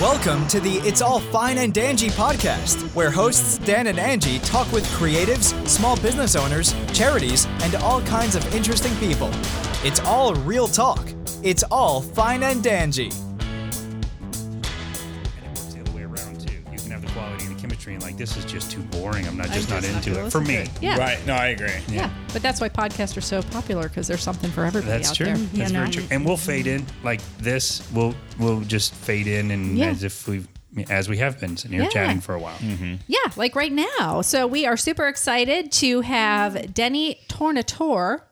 Welcome to the It's All Fine and Dangy podcast, where hosts Dan and Angie talk with creatives, small business owners, charities, and all kinds of interesting people. It's all real talk. It's all fine and dangy. And it works the other way around too. You can have the quality and the chemistry, and like this is just too boring. I'm not I'm just, just not not into gonna it. For listen me, to it. Yeah. Right? No, I agree. Yeah, Yeah, but that's why podcasts are so popular because there's something for everybody that's out true. there. That's very true. And we'll fade in like this. We'll we'll just fade in and Yeah. as if we have as we have been sitting here Yeah. chatting for a while. Yeah, like right now. So we are super excited to have Denny Tornator.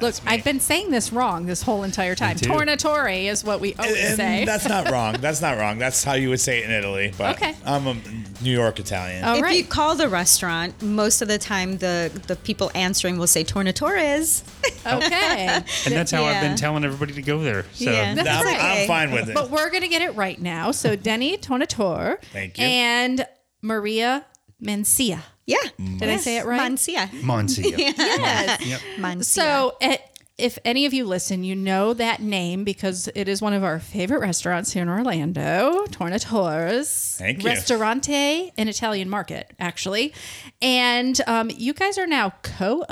Look, I've been saying this wrong this whole entire time. too. Tornatore is what we always And say. That's not wrong. That's not wrong. That's how you would say it in Italy. But Okay. I'm a New York Italian. All if you right. call the restaurant, most of the time the the people answering will say Tornatores. Oh. okay. And that's how I've been Yeah. telling everybody to go there. So Yeah. That's I'm, okay. I'm fine with it. But we're going to get it right now. So Denny Tornator. Thank you. And Maria Mencia. Yeah. Did I say it right? Mancia. Monsia. Yes. Mancia. So, eh, if any of you listen, you know that name because it is one of our favorite restaurants here in Orlando, Tornatore's Thank you. Restaurante and Italian Market, actually. And um, you guys are now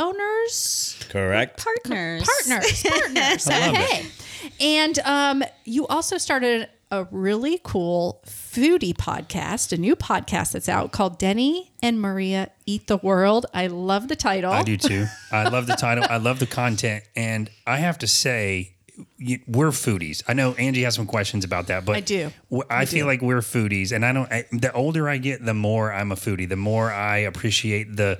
co-owners, Correct. partners. partners, partners. I love it. okay. And um, you also started a really cool foodie podcast, a new podcast that's out called Denny and Maria Eat the World. I love the title. I do too. I love the title. I love the content, and I have to say, you- we're foodies. I know Angie has some questions about that, but I do. w- I, feel like we're foodies, and I don't. I, the older I get, the more I'm a foodie. The more I appreciate the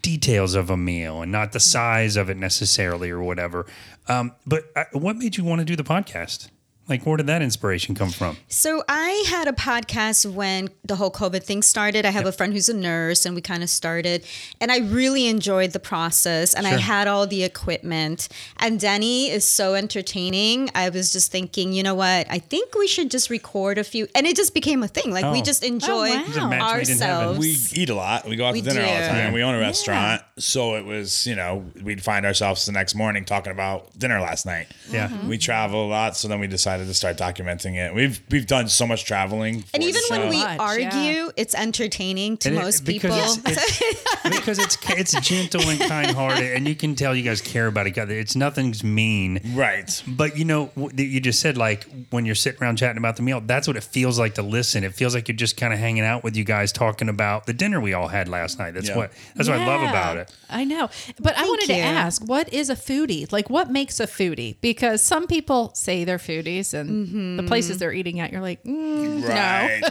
details of a meal and not the Mm-hmm. size of it necessarily or whatever. Um, but I, what made you want to do the podcast? Like, where did that inspiration come from? So I had a podcast when the whole COVID thing started. I have a friend who's a nurse, and we kind of started, and I really enjoyed the process. And I had all the equipment. And Denny is so entertaining. I was just thinking, you know what? I think we should just record a few, and it just became a thing. Like Oh. we just enjoy wow. He's a match made in heaven. ourselves. We eat a lot. We go out We to dinner all the do. time. We own a restaurant. So it was, you know, we'd find ourselves the next morning talking about dinner last night. Yeah. Mm-hmm. Mhm. We travel a lot. So then we decided to start documenting it. We've we've done so much traveling. for And the even show. when we much, argue, yeah. it's entertaining to And it- most people. because It's, it's, because it's it's gentle and kind hearted, and you can tell you guys care about each other. It's nothing's mean, Right. But you know, w- that you just said like when you're sitting around chatting about the meal, that's what it feels like to listen. It feels like you're just kind of hanging out with you guys talking about the dinner we all had last night. That's Yeah. what that's what I love about it. I know. But I wanted to you. ask, what is a foodie? Like, what makes a foodie? Because some people say they're foodies, and the places they're eating at, you're like, mm, Right.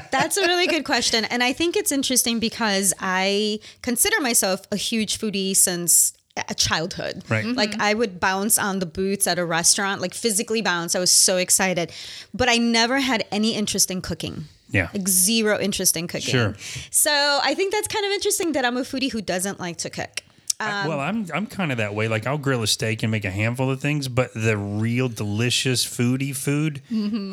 That's a really good question. And I think it's interesting because I consider myself a huge foodie since a childhood. Right. Mhm. Like I would bounce on the boots at a restaurant, like physically bounce. I was so excited. But I never had any interest in cooking. Yeah. Like zero interest in cooking. Sure. So I think that's kind of interesting that I'm a foodie who doesn't like to cook. I- well, I'm I'm kind of that way. Like I'll grill a steak and make a handful of things, but the real delicious foodie food,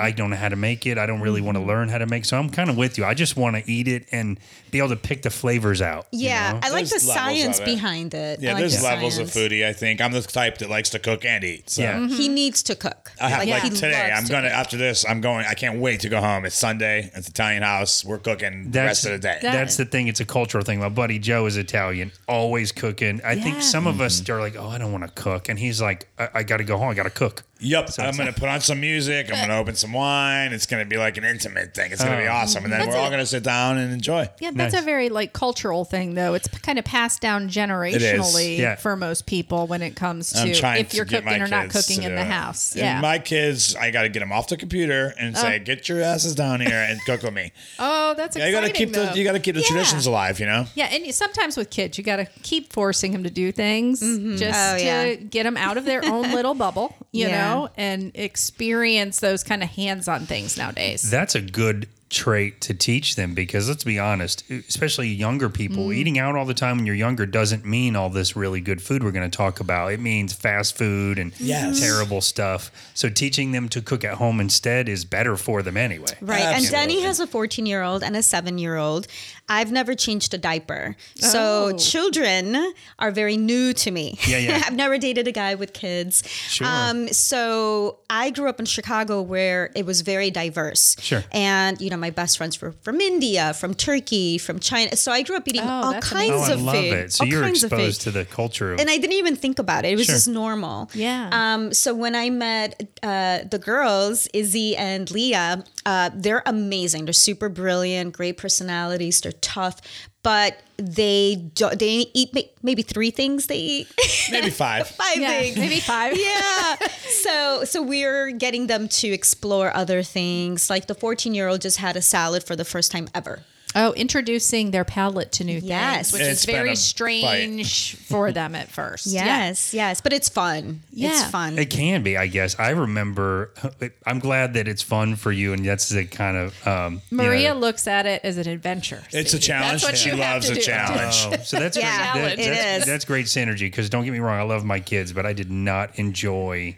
I don't know how to make it. I don't really want to learn how to make. So I'm kind of with you. I just want to eat it and be able to pick the flavors out. you Yeah. know? I like There's levels the of science it. behind it. Yeah, I like there's the levels science. of foodie. I think I'm the type that likes to cook and eat. So. Yeah. He needs to cook. I have, like he today, loves I'm to gonna cook. after this, I'm going. I can't wait to go home. It's Sunday. It's Italian house. We're cooking the rest of the day. that- That's the thing. It's a cultural thing. My buddy Joe is Italian, always cooking. I Yeah. think some of us Mm-hmm. are like, oh, I don't want to cook. And he's like, I, I got to go home. I got to cook. yep. I'm gonna put on some music. I'm gonna open some wine. It's gonna be like an intimate thing. It's gonna be awesome. And then we're all gonna sit down and enjoy. Yeah, that's Nice. a very like cultural thing, though. It's kind of passed down generationally Yeah. for most people when it comes to I'm trying if you're to get my cooking or not kids to cooking in do the it. house. And yeah. my kids, I got to get them off the computer and say, "Get your asses down here and cook with me." oh, that's Yeah, exciting. you got to keep the though. you got to keep the Yeah. traditions alive. You know. Yeah, and you- sometimes with kids, you got to keep forcing them to do things just Oh, to yeah. get them out of their own little bubble, you Yeah. know, and experience those kind of hands-on things nowadays. That's a good trait to teach them because let's be honest, e, especially younger people, Mm. eating out all the time when you're younger doesn't mean all this really good food we're going to talk about. It means fast food and Mm-hmm. Yes. terrible stuff. So teaching them to cook at home instead is better for them anyway. Right. And Denny Absolutely. has a 14 year old and a seven year old. I've never changed a diaper. So Oh. children are very new to me. Yeah, yeah. I've never dated a guy with kids. Sure. Um, so I grew up in Chicago where it was very diverse. Sure. And, you know, my best friends were from India, from Turkey, from China. So I grew up eating Oh, all that's kinds Oh, I of love food. it. So all you're kinds of food exposed to the culture of and I didn't even think about it. It was Sure. just normal. Yeah. Um. So when I met uh, the girls, Izzy and Leah, uh, they're amazing. They're super brilliant, great personalities. They're tough, but they do, they eat ma- maybe three things. They eat Maybe five. five Yeah, things. maybe five. yeah. So so we're getting them to explore other things. Like the 14 year old just had a salad for the first time ever. Oh, introducing their palate to new Yes. things, which It's is been a very fight. strange for them at first. Yes, yes, but it's fun. Yeah. It's fun. It can be, I guess. I remember. I'm glad that it's fun for you, and that's the kind of um, you know- Maria looks at it as an adventure. It's See, a challenge. That's what She you have loves to a do. challenge. Oh, so that's Yeah, great. it that's, is. that's great synergy. Because don't get me wrong, I love my kids, but I did not enjoy.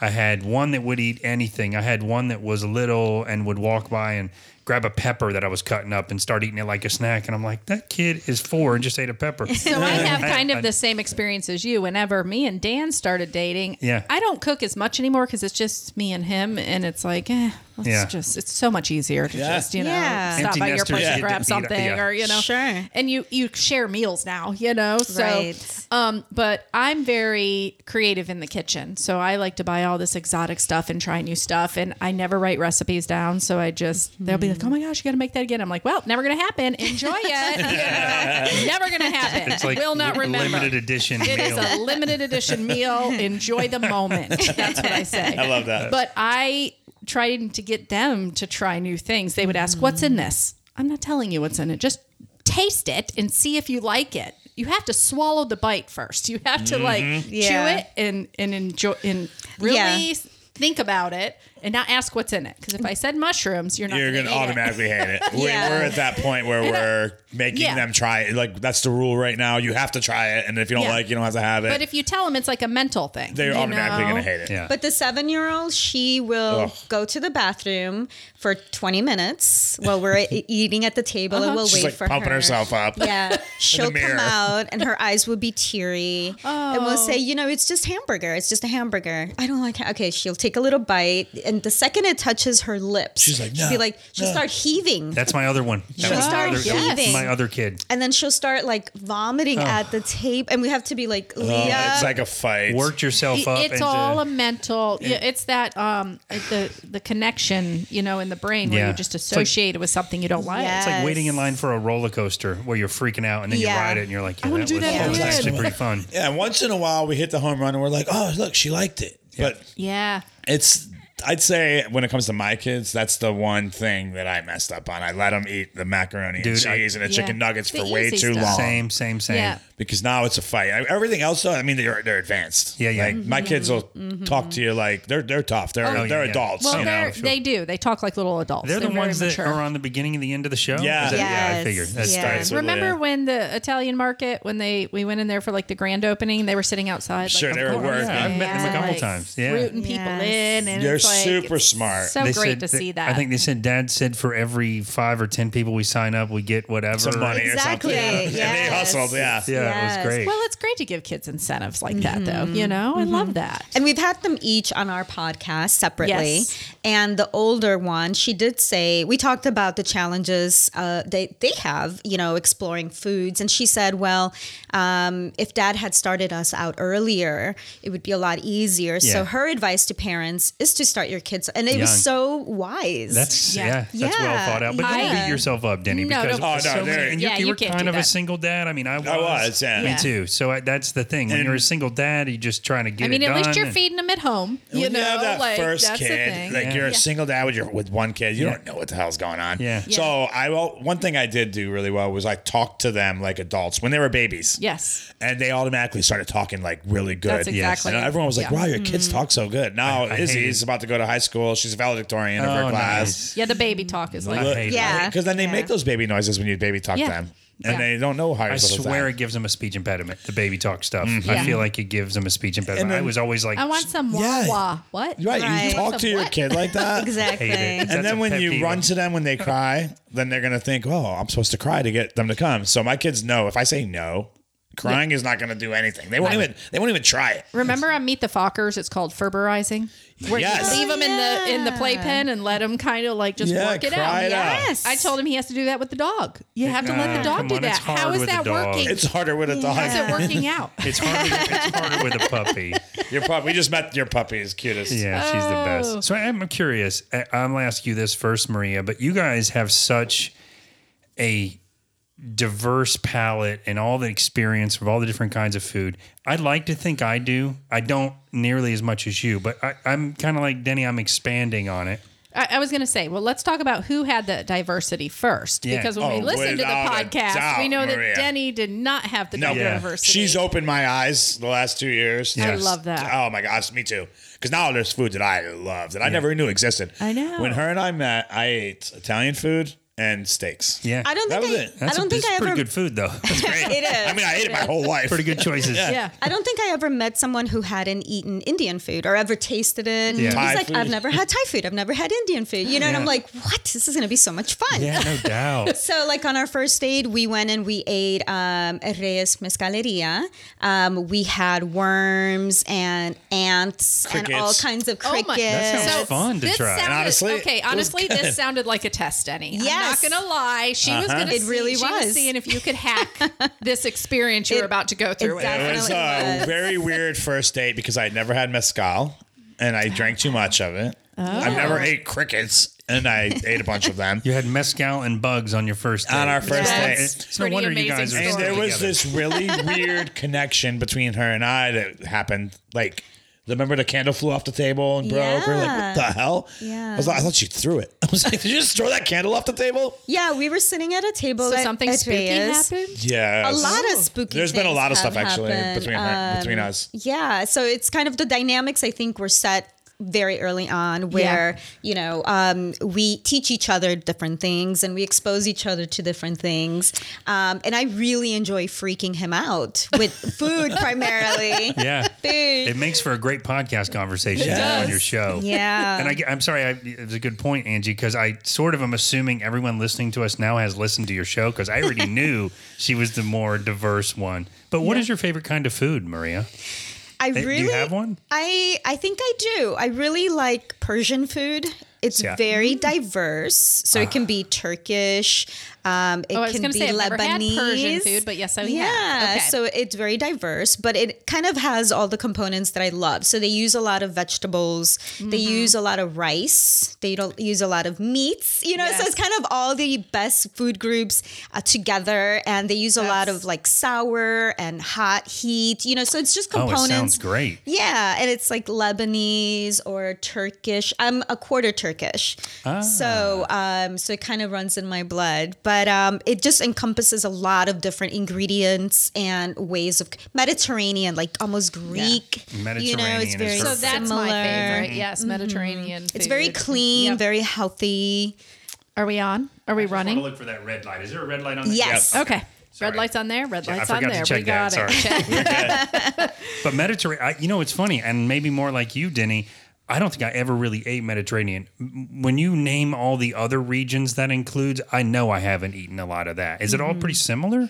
I had one that would eat anything. I had one that was little and would walk by and grab a pepper that I was cutting up and start eating it like a snack. And I'm like, that kid is four and just ate a pepper. So I have kind of the same experience as you. Whenever me and Dan started dating, Yeah. I don't cook as much anymore because it's just me and him, and it's like, eh, let's Yeah. just. It's so much easier to Yeah. just you know Yeah. stop Empty by your nesters place get and to eat grab out- something, yeah. or you know, Sure. And you you share meals now, you know, so. Right. Um, but I'm very creative in the kitchen, so I like to buy all this exotic stuff and try new stuff, and I never write recipes down. So I just they'll be like, Mm-hmm. "Oh my gosh, you got to make that again." I'm like, "Well, never gonna happen. Enjoy it. You know, never gonna happen. It's like Will not li- remember." limited edition It is meal. a limited edition meal. Enjoy the moment. That's what I say. I love that. But I tried to get them to try new things. They would ask, "What's in this?" I'm not telling you what's in it. Just taste it and see if you like it. You have to swallow the bite first. You have to like Mm-hmm. Yeah. chew it and and enjoy and really Yeah. think about it and not ask what's in it. Because if I said mushrooms, you're not. You're gonna gonna eat it. automatically hate it. We- Yeah. We're at that point where we're making yeah. them try it. Like that's the rule right now. You have to try it, and if you don't Yeah. like, it, you don't have to have it. But if you tell them, it's like a mental thing. They're you automatically know? gonna hate it. yeah. But the seven year old, she will Ugh. go to the bathroom for 20 minutes while we're e- eating at the table and we'll Uh-huh. She's wait like for pumping her. herself up. Yeah. She'll come mirror. Oh. out and her eyes will be teary. And we'll say, you know, it's just hamburger. It's just a hamburger. I don't like ha- Okay. She'll take a little bite. And the second it touches her lips, She's like, she'll "No, be like, she'll no." start heaving. That's my other one. That She'll was my start other, that was heaving. my other kid. and then she'll start like vomiting at the tape. And we have to be like, Oh, Leah. It's like a fight. Worked yourself It- up. it's into- all a mental. Yeah, it's that um the the connection you know in the brain where Yeah. you just It's like- associate it with something you don't like. Yeah. It's like waiting in Yes. line for a roller coaster where you're freaking out and then you Yeah. ride it and you're like, yeah, wanna that, do was, that was again. actually pretty fun. Yeah, once in a while we hit the home run and we're like, oh, look, she liked it. But Yeah. it's, I'd say when it comes to my kids, that's the one thing that I messed up on. I let them eat the macaroni and Dude, I- cheese and the Yeah. chicken nuggets The for way easy too stuff. long. Same, same, same. Yeah. Because now it's a fight. I- Everything else, though, I mean, they're, they're advanced. Yeah, yeah. Like, My Mm-hmm. kids will talk to you like they're they're tough. They're yeah, they're yeah. adults. Well, you know? they're, they do. They talk like little adults. They're, the very ones that mature. are on the beginning and the end of the show. Yeah. Is that- yeah. I Yes. figured that's Yeah. that's- Absolutely, Remember yeah. when the Italian market when they we went in there for like the grand opening, they were sitting outside. Sure, like, they were of course, working. Yeah, I've met them a yeah, couple like, times. Yeah. rooting people Yes. in, and They're it's like, super it's smart. So They great said to that- see that. I think they said Dad said for every five or ten people we sign up, we get whatever. Some money Exactly. or something. And Yes. they hustled. Yeah. Yeah, Yes. it was great. Well, it's great to give kids incentives like that, though. You know, I love that. And we've had them each on our podcast separately. Yes. And the older one, she did say we talked about the challenges uh, they they have, you know, exploring foods. And she said, well, um, if Dad had started us out earlier, it would be a lot easier. So Yeah. her advice to parents is to start your kids, and it Young. was so wise. that's Yeah. yeah, that's well Yeah. thought out. But don't Yeah. beat yourself up, Denny, No, because don't- Oh, no, there- and you, Yeah, you you were can't kind do of a that. single dad. I mean, I was, I was. Yeah. me Yeah. too. So I, that's the thing. When And- you're a single dad, you're just trying to get. I mean, it at least done you're and- feeding them at home. You when know, you have that like first that's the kid, thing. like Yeah. you're a Yeah. single dad with your with one kid, you Yeah. don't know what the hell's going on. Yeah. Yeah. So I will- one thing I did do really well was I talked to them like adults when they were babies. yes. And they automatically started talking like really good. That's exactly- And everyone was like, yeah. Mm. "Wow, your kids talk so good." Now I hate Izzy's it. about to to go to high school. She's a valedictorian of Oh, her class. nice. Yeah, the baby talk is I like hate Yeah. that. Because then they Yeah. make those baby noises when you baby talk Yeah. them, and Yeah. they don't know how. You're I supposed to swear act. it gives them a speech impediment, the baby talk stuff. I Yeah. feel like it gives them a speech impediment. I was always like, I want some wah Yeah. wah. What? Right, you Right. talk What's to up, your what? kid like that. Exactly. Hate it. And That's then a when pet you peeve. run to them when they cry, then they're gonna think, "Oh, I'm supposed to cry to get them to come." So my kids know if I say no, crying is not gonna do anything. They won't even they won't even try it. Remember on Meet the Fockers, it's called Ferberizing, where Yes. you leave them in the in the Yeah. playpen and let them kind of like just Yeah, work it out. cry it out. Uh, Yes. I told him he has to do that with the dog. You have to let Ah, the dog come do on, it's that. hard How is with that the dog. working? It's harder with a dog. How's it working out? it's harder, it's harder with a puppy. Your pup. We just met your puppy is cutest. Yeah, she's the Oh. best. So I'm curious. I- I'm gonna ask you this first, Maria. But you guys have such a diverse palate and all the experience of all the different kinds of food. I'd like to think I do. I don't nearly as much as you, but I, I'm kind of like Denny. I'm expanding on it. I, I was going to say, well, let's talk about who had the diversity first, Yeah. because when Oh, we listened to the without a podcast, doubt, we know Maria. that Denny did not have the No, diversity. she's opened my eyes the last two years. I love that. Oh my gosh, me too. Because now there's food that I love that I never knew existed. I know. When her and I met, I ate Italian food and steaks. Yeah, I don't That think was I, it. I That's a- don't think that's I pretty ever. good food though. That's great. It is. I mean, I ate it my whole life. pretty good choices. yeah. I don't think I ever met someone who hadn't eaten Indian food or ever tasted it. Yeah. He's Thai like, food. I've never had Thai food. I've never had Indian food. You know, and I'm Yeah. like, what? This is going to be so much fun. Yeah, no doubt. So, like on our first date, we went and we ate um, Reyes Mezcaleria. Um, we had worms and ants and all Crickets. kinds of Oh my- crickets. That sounds fun to this try. And Sounded, honestly, okay, it was honestly, good. this sounded like a test, Denny. Yes. I'm not gonna lie. She was Uh-huh. gonna. It see- really she was. was. seeing if you could hack this experience you were It- about to go through. exactly. It was Definitely a was. very weird first date because I had never had mezcal and I drank too much of it. Oh. I've never ate crickets and I ate a bunch of them. You had mezcal and bugs on your first date. On our first That's date. It's no pretty wonder you amazing guys are story. And there still was together. this really weird connection between her and I that happened. Like, remember the candle flew off the table and broke? We're Yeah. like, what the hell? Yeah. I was like, I thought she threw it. I was like, did you just throw that candle off the table? Yeah, we were sitting at a table. So at, something at spooky Reyes. happened. Yeah. A lot of spooky. There's been a things lot of stuff have actually happened. between her, Um, between us. Yeah, so it's kind of the dynamics I think were set very early on where you know um, we teach each other different things and we expose each other to different things um, and i really enjoy freaking him out with food primarily Yeah. food It makes for a great podcast conversation It on does. your show. yeah And I, am sorry, I, it's a good point, Angie, because I sort of am assuming everyone listening to us now has listened to your show because I already knew she was the more diverse one. But what is your favorite kind of food, Maria? I Hey, do really you have one? I I think I do. I really like Persian food. It's Yeah. very Mm. diverse, so it can be Turkish. Um, it Ah. Oh, I was can gonna be say, I've Lebanese. never had Persian food, but yes, I have. yeah. Okay. So it's very diverse, but it kind of has all the components that I love. So they use a lot of vegetables. They Mm-hmm. use a lot of rice. They don't use a lot of meats. You know, so Yes. it's kind of all the best food groups uh, together, and they use a lot That's- of like sour and hot heat. You know, so it's just components. Oh, it sounds great. Yeah, and it's like Lebanese or Turkish. I'm a quarter Turkish, so Ah. um, so it kind of runs in my blood. But um, it just encompasses a lot of different ingredients and ways of Mediterranean, like almost Greek. You know, Mediterranean it's is very her So So that's similar. my Mm-hmm. favorite. Yes, Mediterranean. It's very food. clean, Yep. very healthy. Are we on? Are we running? look for that red light. Is there a red light on that? Yes. Yep. Okay. Sorry. Red lights on there. Red Yeah, I lights on forgot to there. check we got that. it. Check. But Mediterranean, I, you know, it's funny, and maybe more like you, Denny. I don't think I ever really ate Mediterranean. M- When you name all the other regions that includes, I know I haven't eaten a lot of that. Is it all pretty similar?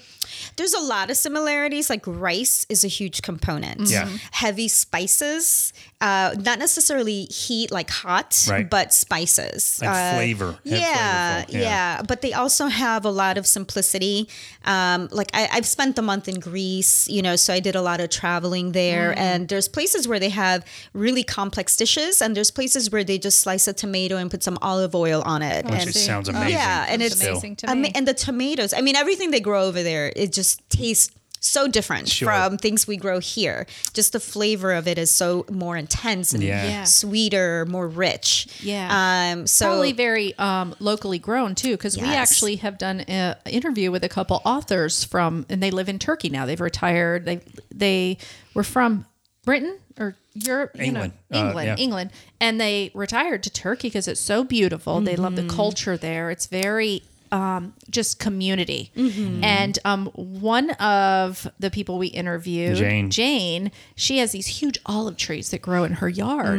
There's a lot of similarities. Like rice is a huge component. Yeah. Heavy spices, uh, not necessarily heat like hot, Right. but spices. Like Uh, flavor. Have Yeah, flavorful- yeah, But they also have a lot of simplicity. Um, like I, I've spent a month in Greece, you know, so I did a lot of traveling there. Mm. And there's places where they have really complex dishes, and there's places where they just slice a tomato and put some olive oil on it. Which and it sounds amazing. yeah, and it's still. amazing to I me. mean, and the tomatoes. I mean, everything they grow over there, it just tastes so different Sure. from things we grow here. Just the flavor of it is so more intense and Yeah. Yeah. sweeter, more rich. Yeah. Um. So Probably very um, locally grown too, because we Yes. actually have done an interview with a couple authors from, and they live in Turkey now. They've retired. They they were from Britain or Europe, you England. know, Uh, England, yeah. England, and they retired to Turkey because it's so beautiful. They love the culture there. It's very um, just community. And um, one of the people we interviewed, Jane. Jane, she has these huge olive trees that grow in her yard,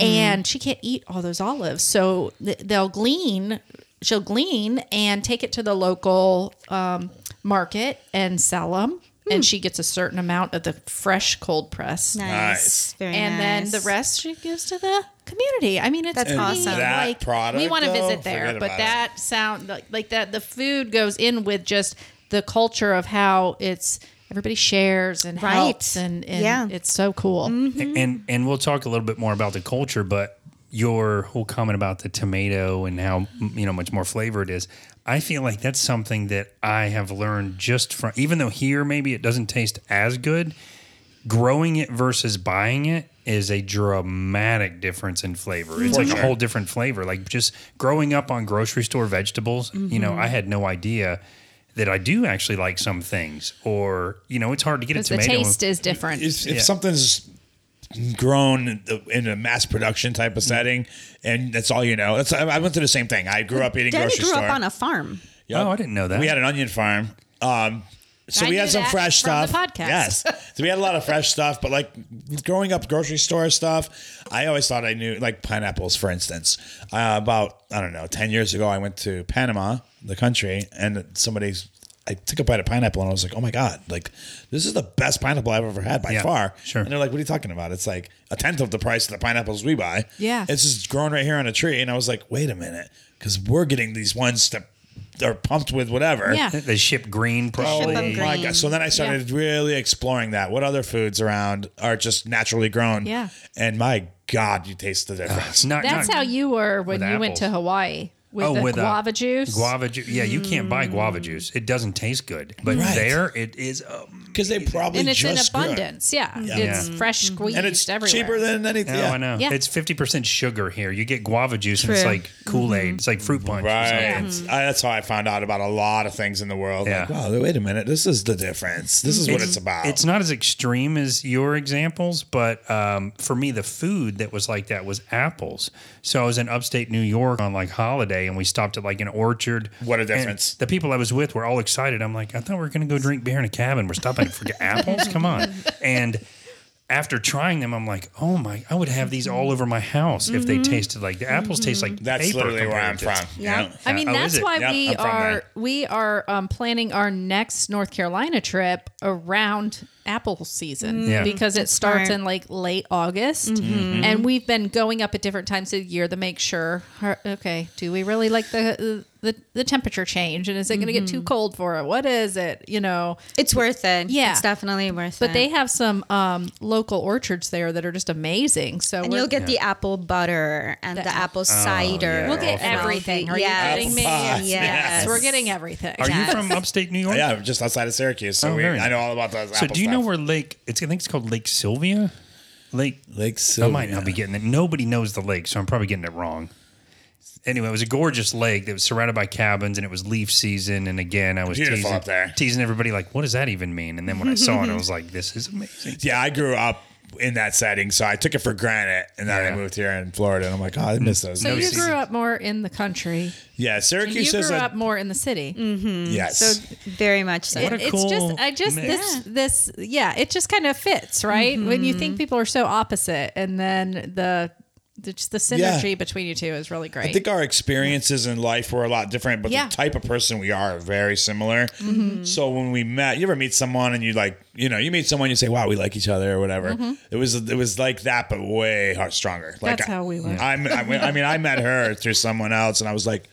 and she can't eat all those olives, so th- they'll glean. She'll glean and take it to the local um, market and sell them. And she gets a certain amount of the fresh cold press Nice. Nice. Very and nice. then the rest she gives to the community. I mean, it's That's pretty, awesome. That like, product, we want to though, visit there, forget but about that sound like, like that. The food goes in with just the culture of how it's everybody shares and Right. helps, and, and Yeah. Mm-hmm. it's so cool. and and we'll talk a little bit more about the culture, but your whole comment about the tomato and how you know much more flavor it is. I feel like that's something that I have learned just from even though here maybe it doesn't taste as good, growing it versus buying it is a dramatic difference in flavor. It's like a whole different flavor. Like just growing up on grocery store vegetables, you Mm-hmm. know, I had no idea that I do actually like some things or you know, it's hard to get a Because the tomato. taste is different. if, if Yeah. something's grown in the- in a mass production type of setting, and that's all you know. That's I I went through the same thing. I grew up eating Daddy grocery grew store. up on a farm. Oh, I didn't know that. we had an onion farm. Um, so I we had knew some that fresh from the stuff. podcast. Yes, so we had a lot of fresh stuff. But like growing up, grocery store stuff, I always thought I knew like pineapples, for instance. Uh, about I don't know, ten years ago, I went to Panama, the country, and somebody's. I took a bite of pineapple and I was like, "Oh my god! Like, this is the best pineapple I've ever had by Yeah, far." sure. And they're like, "What are you talking about? It's like a tenth of the price of the pineapples we buy." Yeah. It's just growing right here on a tree. And I was like, "Wait a minute, because we're getting these ones that are pumped with whatever." Oh Yeah. They ship green probably. them green. My God. So then I started really exploring that. What other foods around are just naturally grown? Yeah. And my God, you taste the difference. Not, That's not- how you were when with you went apples. to Hawaii with Oh, the with, uh, guava juice. Guava juice. Yeah, you can't buy guava juice. It doesn't taste good. But Right. there it is. Um, Because they probably and it's in just grew it. abundance. Yeah. It's fresh Mm-hmm. squeezed And it's everywhere. cheaper than anything. oh, yeah. I know. Yeah. It's 50% sugar here. You get guava juice and it's True. like Kool Mm-hmm. Aid. It's like fruit punch. or Right. something. It's- I- that's how I found out about a lot of things in the world. Like, Yeah. wow, wait a minute. This is the difference. This is what it's about. It's not as extreme as your examples, but um, for me, the food that was like that was apples. So I was in upstate New York on like holiday, and we stopped at like an orchard. What a And difference. the people I was with were all excited. I'm like, I thought we were going to go drink beer in a cabin. We're stopping for apples. Come on. And after trying them, I'm like, oh my, I would have these all over my house if they Mm-hmm. tasted like the apples taste like that's paper literally where I'm compared from. to- Yeah. I mean, Oh, is that's it? why Yeah, we I'm from are there. we are um, planning our next North Carolina trip around apple season Yeah. because it starts right. in like late August, Mm-hmm. and we've been going up at different times of the year to make sure. har- Okay, do we really like the the, the temperature change, and is it going to get Mm-hmm. too cold for it? What is it? You know, It's worth it. Yeah. It's definitely worth it. but they have some um, local orchards there that are just amazing. So and we're- you'll get the apple butter and the, apple cider. yeah. We'll get everything. Are you yes. kidding me? Yes. Oh, Apple pie. Yes, yes. we're getting everything. Are you from upstate New York? yeah, just outside of Syracuse. So Oh, we, very I know all about those. So do you know where Lake? It's I think it's called Lake Sylvia. Lake. Lake I Sylvia? might not be getting it. Nobody knows the lake, so I'm probably getting it wrong. Anyway, it was a gorgeous lake that was surrounded by cabins, and it was leaf season. And again, I was Beautiful teasing, up there. teasing everybody like, "What does that even mean?" And then when I saw it, I was like, "This is amazing." Yeah, I grew up in that setting, so I took it for granted. And then Yeah. I moved here in Florida, and I'm like, oh, I miss those. So No you season. grew up more in the country. yeah, You Syracuse grew is a up more in the city. yes. Very much so. What a it's cool just I just mix. this this yeah, it just kind of fits, right? When you think people are so opposite and then the the, just the synergy Yeah. between you two is really great. I think our experiences in life were a lot different, but Yeah. Mm-hmm. the type of person we are are very similar. So when we met, you ever meet someone and you like, you know, you meet someone, you say, "Wow, we like each other" or whatever. It was it was like that, but way har- stronger. Like Mm-hmm. That's how we were. I'm, I, went- I mean, I met her through someone else, and I was like,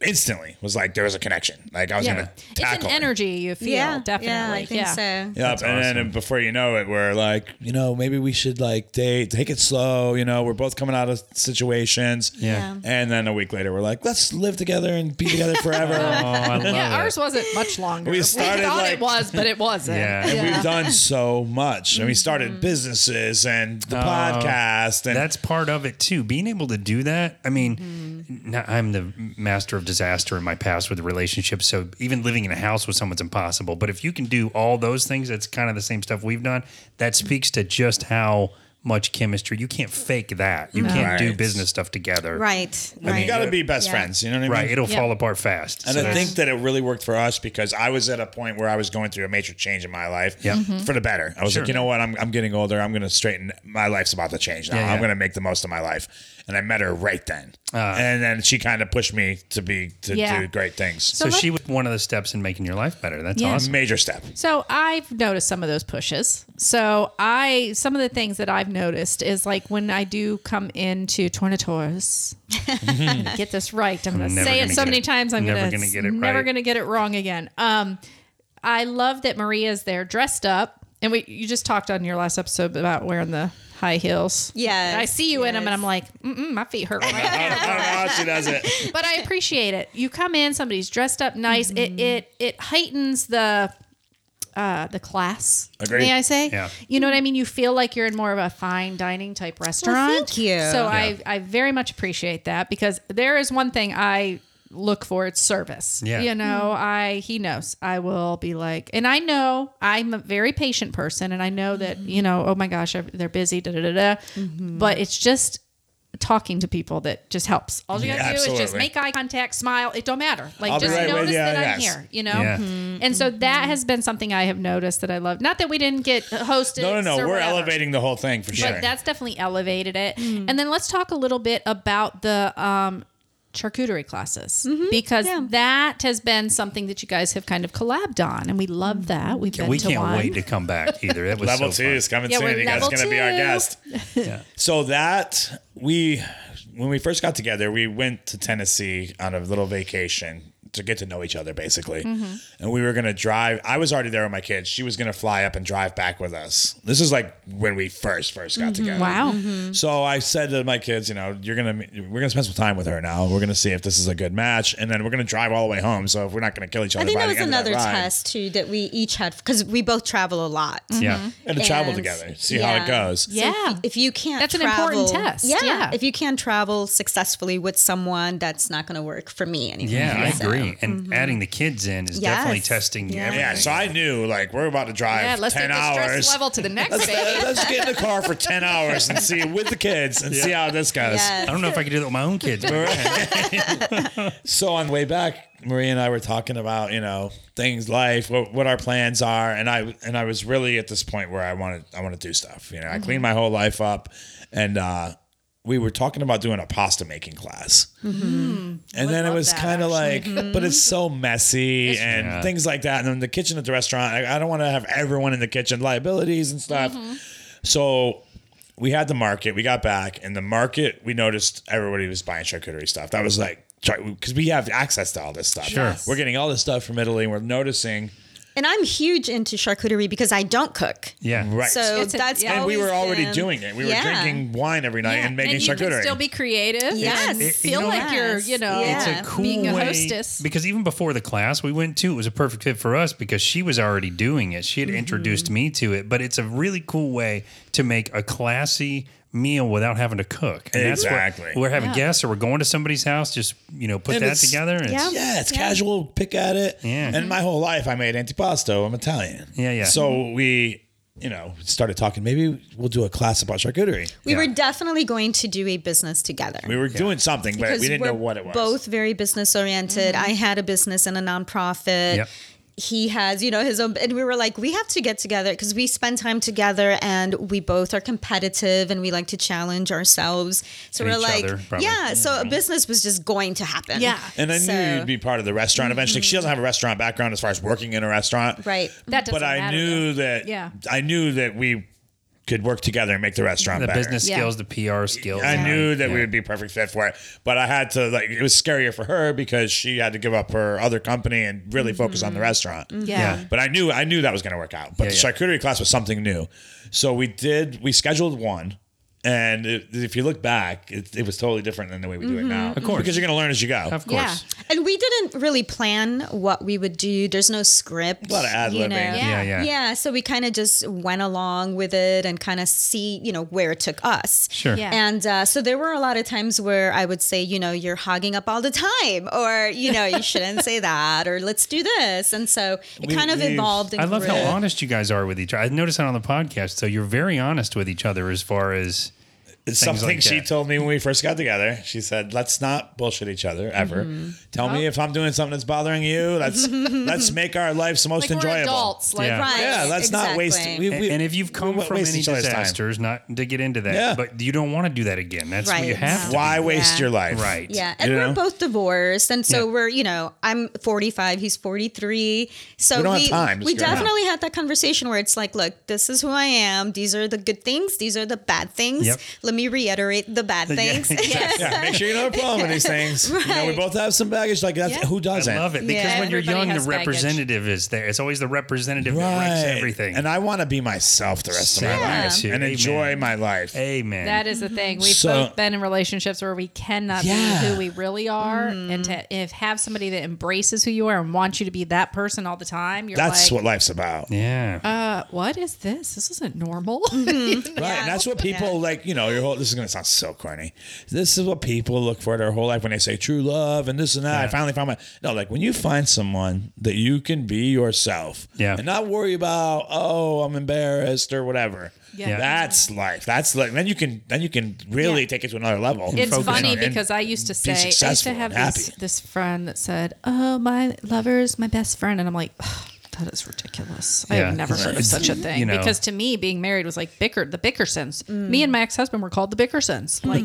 instantly was like, there was a connection. Like I was yeah. gonna It's tackle. an her. energy you feel, yeah, yeah, definitely. I think so. Yep. and then before you know it, we're like, you know, maybe we should like date, take it slow. You know, we're both coming out of situations. Yeah. And then a week later, we're like, let's live together and be together forever. Oh, I love Yeah, it. ours wasn't much longer. We started thought like- it was, but it wasn't. Yeah. And We've done so much. And we started businesses and the podcast. And Oh, That's part of it too. Being able to do that. I mean, n- I'm the master of disaster in my past with relationships. So even living in a house with someone's impossible. But if you can do all those things, that's kind of the same stuff we've done. That speaks to just how much chemistry. You can't fake that. You can't do Right. business stuff together. Right. I mean, right. you got to be best Yeah. friends. You know what I mean? Right. It'll Yeah. fall apart fast. And So I that's- think that it really worked for us because I was at a point where I was going through a major change in my life Yeah. Mhm. for the better. I was Sure. like, you know what? I'm, I'm getting older. I'm going to straighten. My life's about to change now. Yeah, Uh. yeah. I'm going to make the most of my life. And I met her right then. and then she kind of pushed me to be to Yeah. do great things. So, so let- she was one of the steps in making your life better. That's Yeah. awesome. major step. So I've noticed some of those pushes. So I some of the things that I've noticed is like when I do come into Tornators, get this right. I'm, gonna never say gonna it so get many it- times. I'm never gonna, gonna get it never right. gonna get it wrong again. Um, I love that Maria's there dressed up, and we you just talked on your last episode about wearing the high heels. Yes, And I see you in 'em in them, and yes. I'm like, Mm-mm, my feet hurt. Right now I don't know how she does it. but I appreciate it. You come in, somebody's dressed up nice. Mm-hmm. It it it heightens the uh, the class. Agreed. May I say? Yeah. You know what I mean? You feel like you're in more of a fine dining type restaurant. thank you. So Yeah. I I very much appreciate that because there is one thing I look for it's service Yeah. you know Mm-hmm. i he knows i will be like and i know i'm a very patient person and i know that Mm-hmm. you know oh my gosh I- they're busy da da da da but it's just talking to people that just helps all you Yeah, gotta do is just absolutely. make eye contact, smile. It don't matter. Like I'll be just right with notice you, that I'm yes. Mm-hmm. here, you know. Yeah. And so that has been something I have noticed that I love. Not that we didn't get hosted. No, no, no. or We're whatever, elevating the whole thing for But sure. that's definitely elevated it. And then let's talk a little bit about the um, charcuterie classes because yeah. that has been something that you guys have kind of collabed on, and we love that. We've been we to can't one. wait to come back either. That was level so two fun. is coming Yeah, soon. we're You guys level going to be our two. guest. So that we, when we first got together, we went to Tennessee on a little vacation to get to know each other, basically. Mm-hmm. And we were going to drive. I was already there with my kids. She was going to fly up and drive back with us. This is like when we first first Mm-hmm. got together. Wow. So I said to my kids, you know, you're gonna we're gonna spend some time with her now. We're gonna see if this is a good match, and then we're gonna drive all the way home. So if we're not gonna kill each other, I think by that the was end of another that ride, test too that we each had because we both travel a lot. Yeah. and to travel And- together, see how yeah. it goes. So Mm-hmm. Yeah. if, if you can't, That's an travel- important test. Yeah, Yeah. If you can't travel successfully with someone, that's not going to work for me anymore. Yeah, I agree. And adding the kids in is Yes. definitely testing Yeah. everything. Mm-hmm. Yeah, so I knew like we're about to drive Yeah, let's ten take the stress hours. level to the next Let's, baby. let's get in the car for ten hours and see with the kids and see how this goes. Yes. I don't know if I could do that with my own kids. but- So on the way back, Marie and I were talking about you know things, life, what, what our plans are, and I and I was really at this point where I wanted I want to do stuff. You know, I cleaned my whole life up, and uh, we were talking about doing a pasta making class, and then it Mm-hmm. love was that, Mm-hmm. kind of like, but it's so messy and Yeah. things like that. And then the kitchen at the restaurant, I, I don't want to have everyone in the kitchen, liabilities and stuff. Mm-hmm. So we had the market. We got back, and the market we noticed everybody was buying charcuterie stuff. That was like because we have access to all this stuff. Sure. Yes. we're getting all this stuff from Italy. and We're noticing And I'm huge into charcuterie because I don't cook. yeah. right. So It's a- that's yeah. and we were always already been- doing it. We were Yeah. drinking wine every night and making and you charcuterie. can still be creative. Yes. and It- you feel know like what? you're, you know, It's It's a Yeah. cool being a way- hostess. because even before the class we went to, it was a perfect fit for us because she was already doing it. She had introduced me to it, but it's a really cool way to make a classy meal without having to cook. And That's Exactly. what, we're having guests or we're going to somebody's house. Just you know, put And that it's- together. And it's- Yeah, it's casual. Pick at it. Yeah. And my whole life, I made antipasto. I'm Italian. Yeah, yeah. So we, you know, started talking. Maybe we'll do a class about charcuterie. We Yeah. were definitely going to do a business together. We were doing something, but Because we didn't we're know what it was. Both very business oriented. Mm-hmm. I had a business and a nonprofit. Yep. He has, you know, his own, and we were like, we have to get together because we spend time together, and we both are competitive, and we like to challenge ourselves. So And we're each like, other, probably. yeah. So a Mm-hmm. business was just going to happen. Yeah. And I So- knew you'd be part of the restaurant eventually. Mm-hmm. She doesn't have a restaurant background as far as working in a restaurant. right. That doesn't But I matter, knew that Yeah. I knew that we could work together and make the restaurant the better. business Yeah. skills, the PR skills. I and knew like- that we yeah. would be perfect fit for it, but I had to like it was scarier for her because she had to give up her other company and really focus on the restaurant. Mm-hmm. Yeah. Yeah. But I knew I knew that was going to work out. But Yeah, the yeah. charcuterie class was something new, so we did we scheduled one, And it, if you look back, it, it was totally different than the way we Mm-hmm. do it now. Of course. Because you're going to learn as you go. Of course. Yeah. And we didn't really plan what we would do. There's no script. A lot of ad-libbing. you know. Yeah, Yeah. yeah. Yeah, so we kind of just went along with it and kind of see, you know, where it took us. Sure. Yeah. And uh, so there were a lot of times where I would say, you know, you're hogging up all the time, or you know, you shouldn't say that, or let's do this. And so it We- kind of we've- evolved. And I love grew. how honest you guys are with each other. I noticed that on the podcast. So you're very honest with each other as far as It's Things something like she that. told me when we first got together. She said, "Let's not bullshit each other ever. Mm-hmm. Tell me if I'm doing something that's bothering you. Let's let's make our lives the Like most we're enjoyable. adults. Like Yeah. Right. Yeah, let's not waste. exactly. And- and if you've come we from waste any each other's time. disasters, not to get into that, Yeah. but you don't want to do that again. That's what you Right. have to. why do. waste Yeah. your life? Right. Yeah, and You we're know? both divorced, and so Yeah. we're you know I'm 45, he's 43, so We don't have time to we screw around. definitely had that conversation where it's like, look, this is who I am. These are the good things. These are the bad things. Yep. Let me reiterate the bad things. exactly. Yeah, make sure you don't have a problem with these things. You know, we Right. both have some baggage. Like that's Yeah. who doesn't. I love it because Yeah. when you're Everybody young, the has baggage. representative is there. It's always the representative that Right. wrecks everything. And I want to be myself the rest of Same. my Yeah. life Amen. and enjoy my life. Amen. That is the thing. We've So- both been in relationships where we cannot Yeah. be who we really are, Mm. and to if have somebody that embraces who you are and wants you to be that person all the time, you're That's like, what life's about. yeah. uh, what is this? This isn't normal. Right. And that's what people like, you know, your whole this is gonna sound so corny. This is what people look for their whole life when they say true love and this and that. I finally found my no, like when you find someone that you can be yourself Yeah. and not worry about, oh, I'm embarrassed or whatever. Yeah. Yeah. That's life. That's like then you can then you can really Yeah. take it to another level. It's Focus funny on it and because I used to be say I used successful to have and this, happy. this friend that said, "Oh, my lover is my best friend," and I'm like. "Ugh, That is ridiculous. I Yeah. have never heard of such a thing. You know. Because to me, being married was like Bicker, the Bickersons. Mm. Me and my ex-husband were called the Bickersons. Like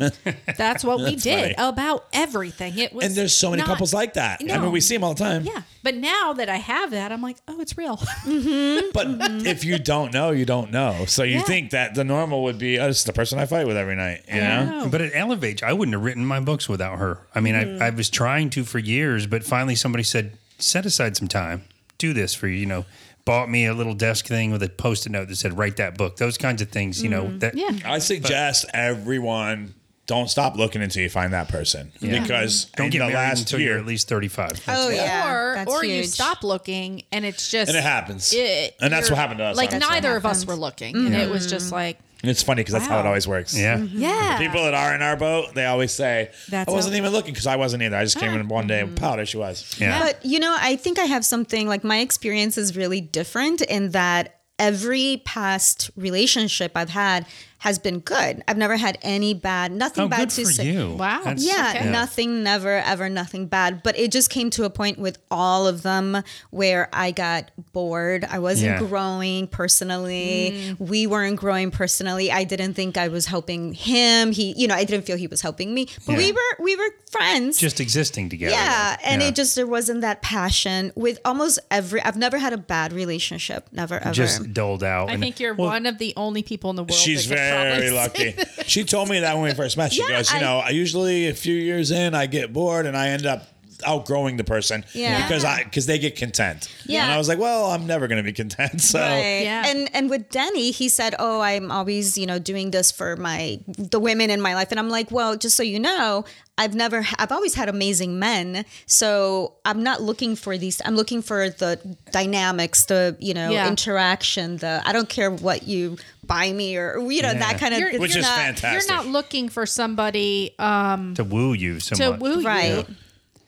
that's what we did about everything. It was And there's so many not- couples like that. I No. mean we see them all the time. Yeah, but now that I have that, I'm like, oh, it's real. But if you don't know, you don't know. So you Mm-hmm. Yeah. think that the normal would be, oh, this is the person I fight with every night. You know? Oh. But it elevates. I wouldn't have written my books without her. I mean, Hmm. I, I was trying to for years, but finally somebody said, set aside some time, do this for you. You know, bought me a little desk thing with a post-it note that said, write that book. Those kinds of things. You know, that Hmm. Yeah. I suggest everyone don't stop looking until you find that person because don't in get the married last until year, you're at least thirty-five. Oh yeah, or that's or you huge. stop looking, and it's just and it happens, it- and that's what you're- happened to us. Like honestly. neither of us were looking, and it was Mm-hmm. just like, And it's funny because that's how it Wow. always works. yeah. yeah, People that are in our boat, they always say, That's "I wasn't how- even looking because I wasn't either. I just came in one day, Mm. powder she was." Yeah. But you know, I think I have something like my experience is really different in that every past relationship I've had has been good. I've never had any bad, nothing Oh, bad good to for say. you. Wow. That's- Yeah, Okay. nothing, never, ever, nothing bad. But it just came to a point with all of them where I got bored. I wasn't Yeah. growing personally. We weren't growing personally. I didn't think I was helping him. He, you know, I didn't feel he was helping me. But we Yeah. were, we were friends. Just existing together. yeah, and Yeah. it just there wasn't that passion with almost every. I've never had a bad relationship, never ever. just doled out. I And- think you're well, one of the only people in the world. She's that could probably very say lucky. She told me that when we first met. She Yeah, goes, you I- know, I usually a few years in, I get bored and I end up outgrowing the person Yeah. because I because they get content. Yeah. And I was like, well, I'm never going to be content. So Right. Yeah. And and with Denny, he said, "Oh, I'm always, you know, doing this for my the women in my life." And I'm like, "Well, just so you know, I've never I've always had amazing men. So, I'm not looking for these I'm looking for the dynamics, the, you know, Yeah. interaction, the I don't care what you buy me or you know, Yeah. that kind of You're- Which you're is not- fantastic. You're not looking for somebody uh, to woo you so to much. woo Right. you.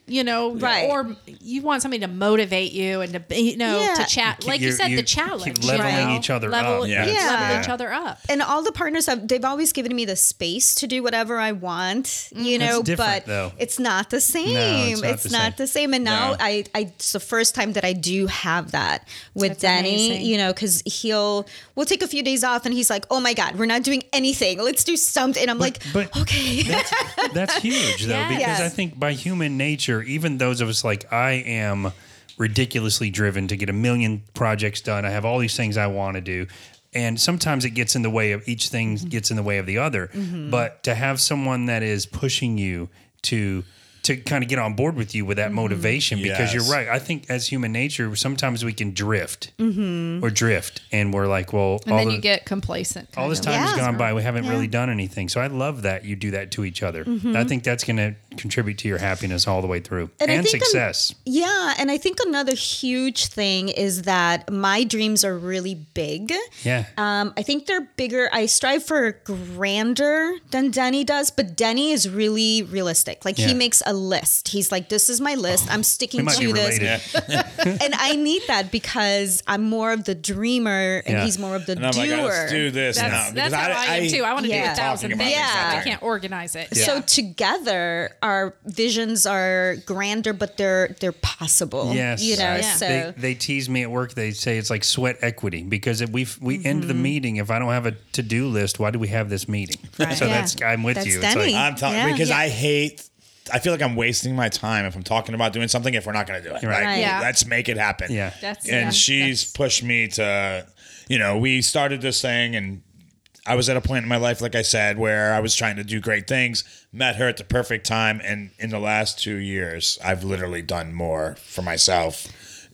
You know, Right. or you want somebody to motivate you and to be- you know Yeah. to chat, Keep like you your- said, you the keep challenge, leveling you know? each other level, up. you Yeah. level Yeah. each other up. and all the partners have they've always given me the space to do whatever I want, you know, Mm, different, but though. it's not the same. it's it's not not, the the, same. same. And now No. I, I it's the first time that I do have that with That's Danny, amazing. you know, because he'll we'll take a few days off and he's like, Oh my God, we're not doing anything. Let's do something. And I'm like, but Okay. that's, that's huge though Yes. because i Yes. think by human nature even those of us like i am ridiculously driven to get a million projects done i have all these things i want to do and sometimes it gets in the way of each Mm-hmm. thing gets in the way of the other but to have someone that is pushing you to to kind of get on board with you with that Mm-hmm. motivation because Yes. you're right. I think as human nature, sometimes we can drift Mm-hmm. or drift, and we're like, well, And then the- you get complacent. all kind this of. time has Yeah. gone by. We haven't Yeah. Mm-hmm. really done anything. So I love that you do that to each other. I think that's going to contribute to your happiness all the way through and, I think an- success. yeah, and I think another huge thing is that my dreams are really big. yeah. Um, I think they're bigger. I strive for grander than Denny does, but Denny is really realistic. Like Yeah. he makes a list. He's like, "This is my list. I'm we sticking might be to this." related. And I need that because I'm more of the dreamer, and Yeah. he's more of the And I'm like, doer. let's do this That's, now. that's because how I, am too. I want to do Yeah. a thousand Talking things. about but I this can't organize it. So together, our visions are grander, but they're they're possible. Yes, you know. Yeah. So they, they tease me at work. They say it's like sweat equity because if we we end Mm-hmm. the meeting if I don't have a to do list, why do we have this meeting? So Yeah. that's I'm with That's you. It's Denny. like, I'm telling Yeah. because Yeah. I hate. I feel like I'm wasting my time if I'm talking about doing something if we're not going to do it. Right. Like, Yeah. Let's make it happen. Yeah. That's- and yeah, she's that's- pushed me to, you know, we started this thing and I was at a point in my life, like I said, where I was trying to do great things, met her at the perfect time. And in the last two years, I've literally done more for myself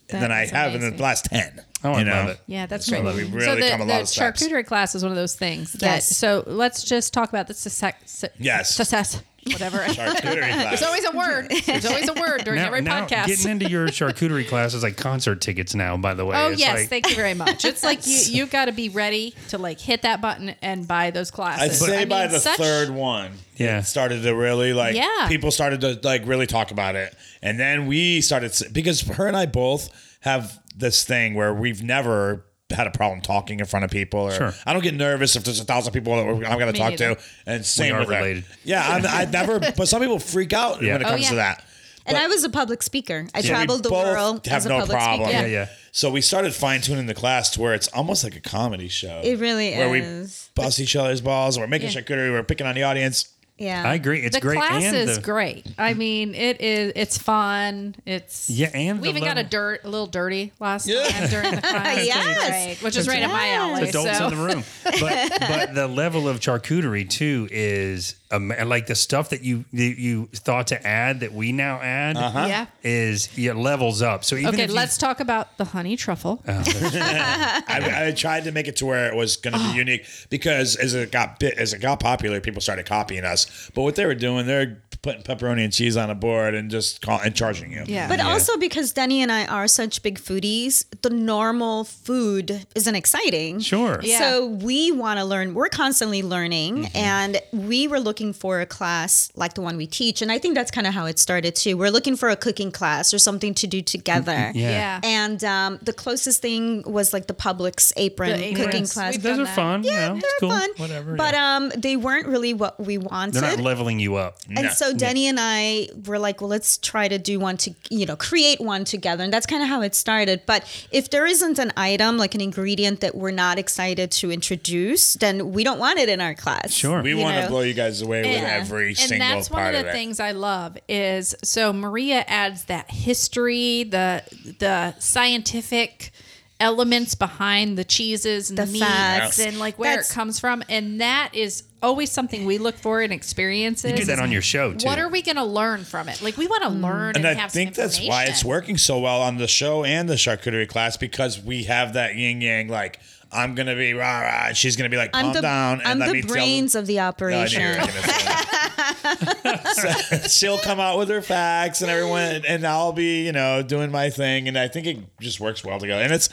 than That I is have in the amazing. last 10. oh, I you know? love it. Yeah, that's So great. we really so the, come a lot the of steps. charcuterie class is one of those things. That, Yes. So let's just talk about the success. su- Yes. Success. Whatever. Charcuterie There's class. always a word. There's always a word during every podcast. getting into your charcuterie class is like concert tickets now. By the way, Oh It's yes, like- thank you very much. It's like you you got to be ready to like hit that button and buy those classes. I'd say I mean, by the such- third one, Yeah. it started to really like. Yeah. people started to like really talk about it, and then we started s- because her and I both have this thing where we've never had a problem talking in front of people. Or Sure. I don't get nervous if there's a thousand people that we're- I'm going to Me talk neither. to, and same are with her. related. Yeah, I'm, I never. But some people freak out Yeah. when it Oh, comes to yeah. that. and I was a public speaker. I So we traveled the both world have as a no public problem. speaker. Yeah, yeah. So we started fine tuning the class to where it's almost like a comedy show. It really where is. we bust each other's balls. We're making charcuterie. We're picking on the audience. Yeah. I agree. It's the great. class and is the, great. I mean, it is. It's fun. It's Yeah, and the we even got level- a dirt, a little dirty last Yeah. time during the class, Uh, Yes. Right, which is right up my alley. It's adults so. in the room. But but the level of charcuterie too is um, and like the stuff that you you, you thought to add that we now add Yeah. is yeah, levels up. So even Uh-huh. Okay, if you- let's talk about the honey truffle. I, I tried to make it to where it was going to Ah. be unique because as it got bit, as it got popular, people started copying us. But what they were doing, they're putting pepperoni and cheese on a board and just call, and charging you. yeah, But also because Denny and I are such big foodies, the normal food isn't exciting. Sure. Yeah. So we want to learn. We're constantly learning, Mm-hmm. and we were looking for a class like the one we teach. And I think that's kind of how it started too. We're looking for a cooking class or something to do together. Mm-hmm. yeah. yeah. And um, the closest thing was like the Publix apron The cooking aprons. class. We've Those done are that. fun. uh, Yeah, they're it's cool. fun. Whatever. But yeah. um, they weren't really what we wanted. they're not leveling you up. And No. so Denny and I were like, well, let's try to do one to, you know, create one together. And that's kind of how it started. But if there isn't an item, like an ingredient that we're not excited to introduce, then we don't want it in our class. Sure. We You want to know. blow you guys away with every and single that's part one of of, the it. things I love is so Maria adds that history, the the scientific elements behind the cheeses and the, The meats facts. and like where That's- it comes from, and that is always something we look for in experiences. You do that on your show too. What are we going to learn from it? Like we want to Mm. learn and, And I have think some that's why it's information. working so well on the show and the charcuterie class because we have that yin yang. Like I'm gonna be rah rah, and she's gonna be like calm I'm the, down. And I'm let the me tell- brains of the No, I knew operation. you were gonna say that. So, she'll come out with her facts and everyone, and I'll be, you know, doing my thing. And I think it just works well together. And it's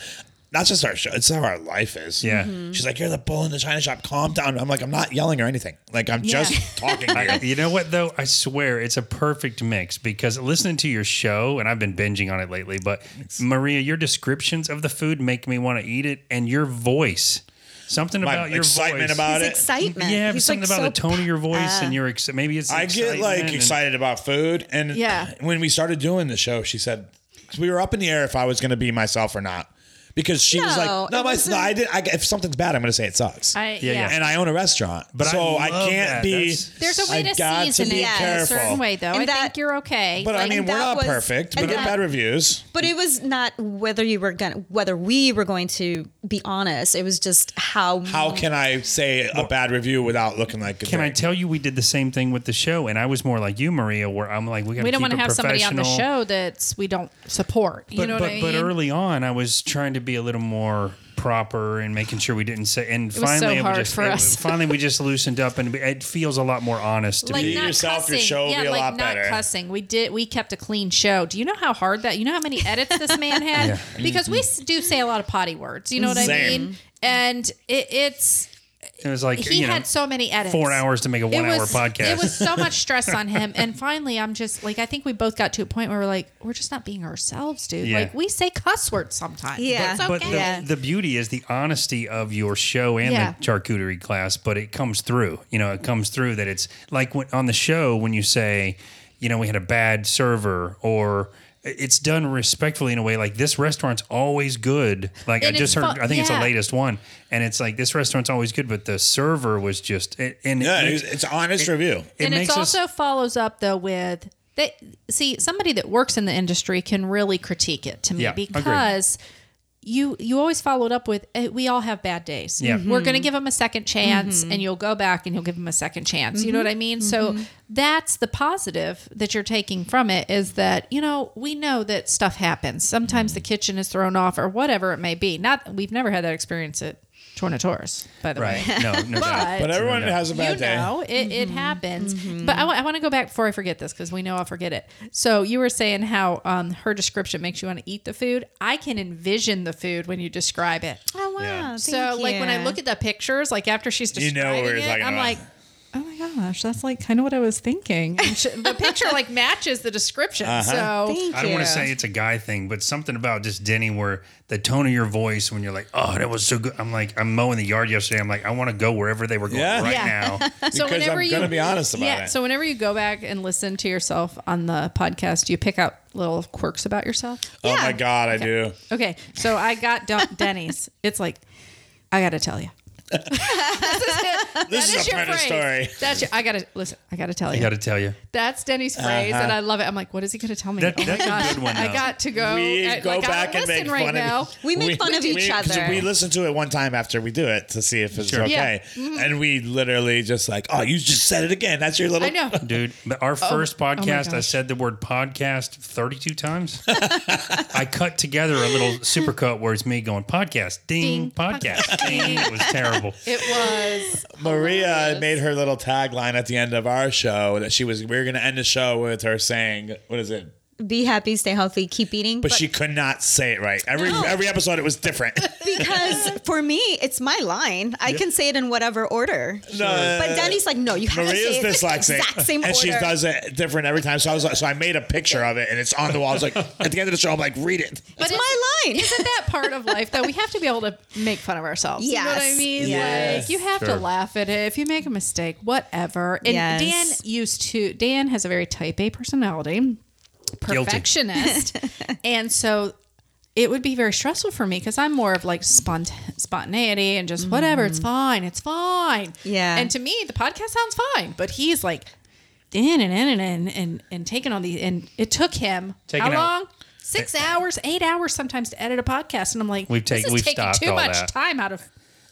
not just our show, it's how our life is. Yeah. Mm-hmm. Mhm. She's like, You're the bull in the China shop. Calm down. I'm like, I'm not yelling or anything. Like, I'm just talking I, to you. you know what though? I swear it's a perfect mix because listening to your show, and I've been binging on it lately. But Maria, your descriptions of the food make me want to eat it, and your voice, something My about your excitement voice. about His it. excitement. yeah, He's something like about the so tone of your voice and your excitement. Maybe it's. I get like excitement and- excited about food. And Yeah. when we started doing the show, she said, 'cause we were up in the air if I was going to be myself or not. because she was No, like, no, it my, wasn't- no, I did. I, if something's bad, I'm going to say it sucks. I, Yeah, yeah, yeah. and I own a restaurant, but I so I, love can't that. be. That's- There's a way I to got season to it be in a careful. a certain way though. And I that- think you're okay. But I Like, mean, we're that not was- perfect. We and get that- bad reviews. But it was not whether you were gonna whether we were going to be honest. It was just how How can I say a bad review without looking like? A Can I jerk? tell you we did the same thing with the show, and I was more like you, Maria, where I'm like, we got we don't want to have somebody on the professional. show that's we don't support. You But know but, what I mean? but early on, I was trying to be a little more proper and making sure we didn't say. And was so finally, it was hard just, for it- us. finally we just loosened up, and it feels a lot more honest to like me. be not yourself, cussing. your show will yeah, be a like lot not better. cussing. We did. We kept a clean show. Do you know how hard that? You know how many edits this man had? Because we s- do say a lot of potty words. You know what I Same. mean? And it, it's It was like he you know, had so many edits. four hours to make a It one-hour was- podcast. It was so much stress on him. And finally, I'm just like, I think we both got to a point where we're like, we're just not being ourselves, dude. Yeah. Like we say cuss words sometimes. Yeah. it's okay. but the, Yeah. the beauty is the honesty of your show and Yeah. the charcuterie class but it comes through you know it comes through that it's like when, on the show when you say you know we had a bad server or it's done respectfully in a way like this restaurant's always good like And i it's just heard fu- i think it's the yeah. latest one and it's like this restaurant's always good but the server was just it, and Yeah, it, it's, makes- it's honest review. it and makes it's us- also follows up though with they see somebody that works in the industry can really critique it to me Yeah, agreed. because you you always follow it up with eh, we all have bad days Yeah. Mhm. we're going to give them a second chance and you'll go back and you'll give them a second chance you know what i mean so that's the positive that you're taking from it is that you know we know that stuff happens sometimes Mm-hmm. the kitchen is thrown off or whatever it may be not we've never had that experience at Torna Torres, by the way right no no doubt. But everyone no. has a bad you day. know, it, Mm-hmm. it happens. But I want to go back before I forget this because we know I'll forget it. So you were saying how um, her description makes you want to eat the food. I can envision the food when you describe it. Oh wow. Yeah. thank so like when I you. look at the pictures, like after she's You know describing what we're it, talking I'm about. like. Oh my gosh, that's like kind of what I was thinking. And sh- the picture like matches the description. Uh-huh. So Thank I don't want you. to say it's a guy thing, but something about just Denny where the tone of your voice when you're like, oh, that was so good. I'm like, I'm mowing the yard yesterday. I'm like, I want to go wherever they were going Yeah. right Yeah. now. so Because I'm gonna be honest about yeah, it. So whenever you go back and listen to yourself on the podcast, do you pick out little quirks about yourself? Oh my god, I do. Okay, so I got Dun- Denny's. It's like, I gotta tell you. This is a funny story. That's your, I gotta listen. I gotta tell I you. got to tell you. That's Denny's phrase, and I love it. I'm like, what is he gonna tell me? That- oh my that's a gosh, good one, I though. got to go. We uh, I- go like, I'll back and listen make right fun now. of. We make fun of each 'cause other. We listen to it one time after we do it to see if it's Sure. okay, Mm-hmm. and we literally just like, oh, you just said it again. That's your little. I know. Dude, but our first podcast, I Oh. gosh. said the word podcast 32 times. I cut together a little supercut where it's me going podcast, ding, Ding, podcast, ding. It was terrible. It was Maria made her little tagline at the end of our show that she was. We were going to end the show with her saying, "What is it?" Be happy, stay healthy, keep eating. But, she could not say it right. Every every episode, it was different. because for me, it's my line. I can say it in whatever order. No. But Danny's like, no, you have to Maria's say it dyslexic, in the exact same and order. she does it different every time. So I was like, so I made a picture of it, and it's on the wall. I was like, at the end of the show, I'm like, read it. It's my line. Isn't that part of life though? We have to be able to make fun of ourselves. You know what I Yes. mean? Yes. Like you have Sure. to laugh at it. If you make a mistake, whatever. And Yes. Dan used to Dan has a very type A personality, perfectionist. and so it would be very stressful for me because I'm more of like spont- spontaneity and just whatever. It's fine. It's fine. Mm-hmm. Yeah. And to me, the podcast sounds fine, but he's like in and in and in and and taking on these. And it took him Taking how out- long? Six hours, eight hours sometimes to edit a podcast, and I'm like, We've this taken- is we've taking stopped too all much that. time out of.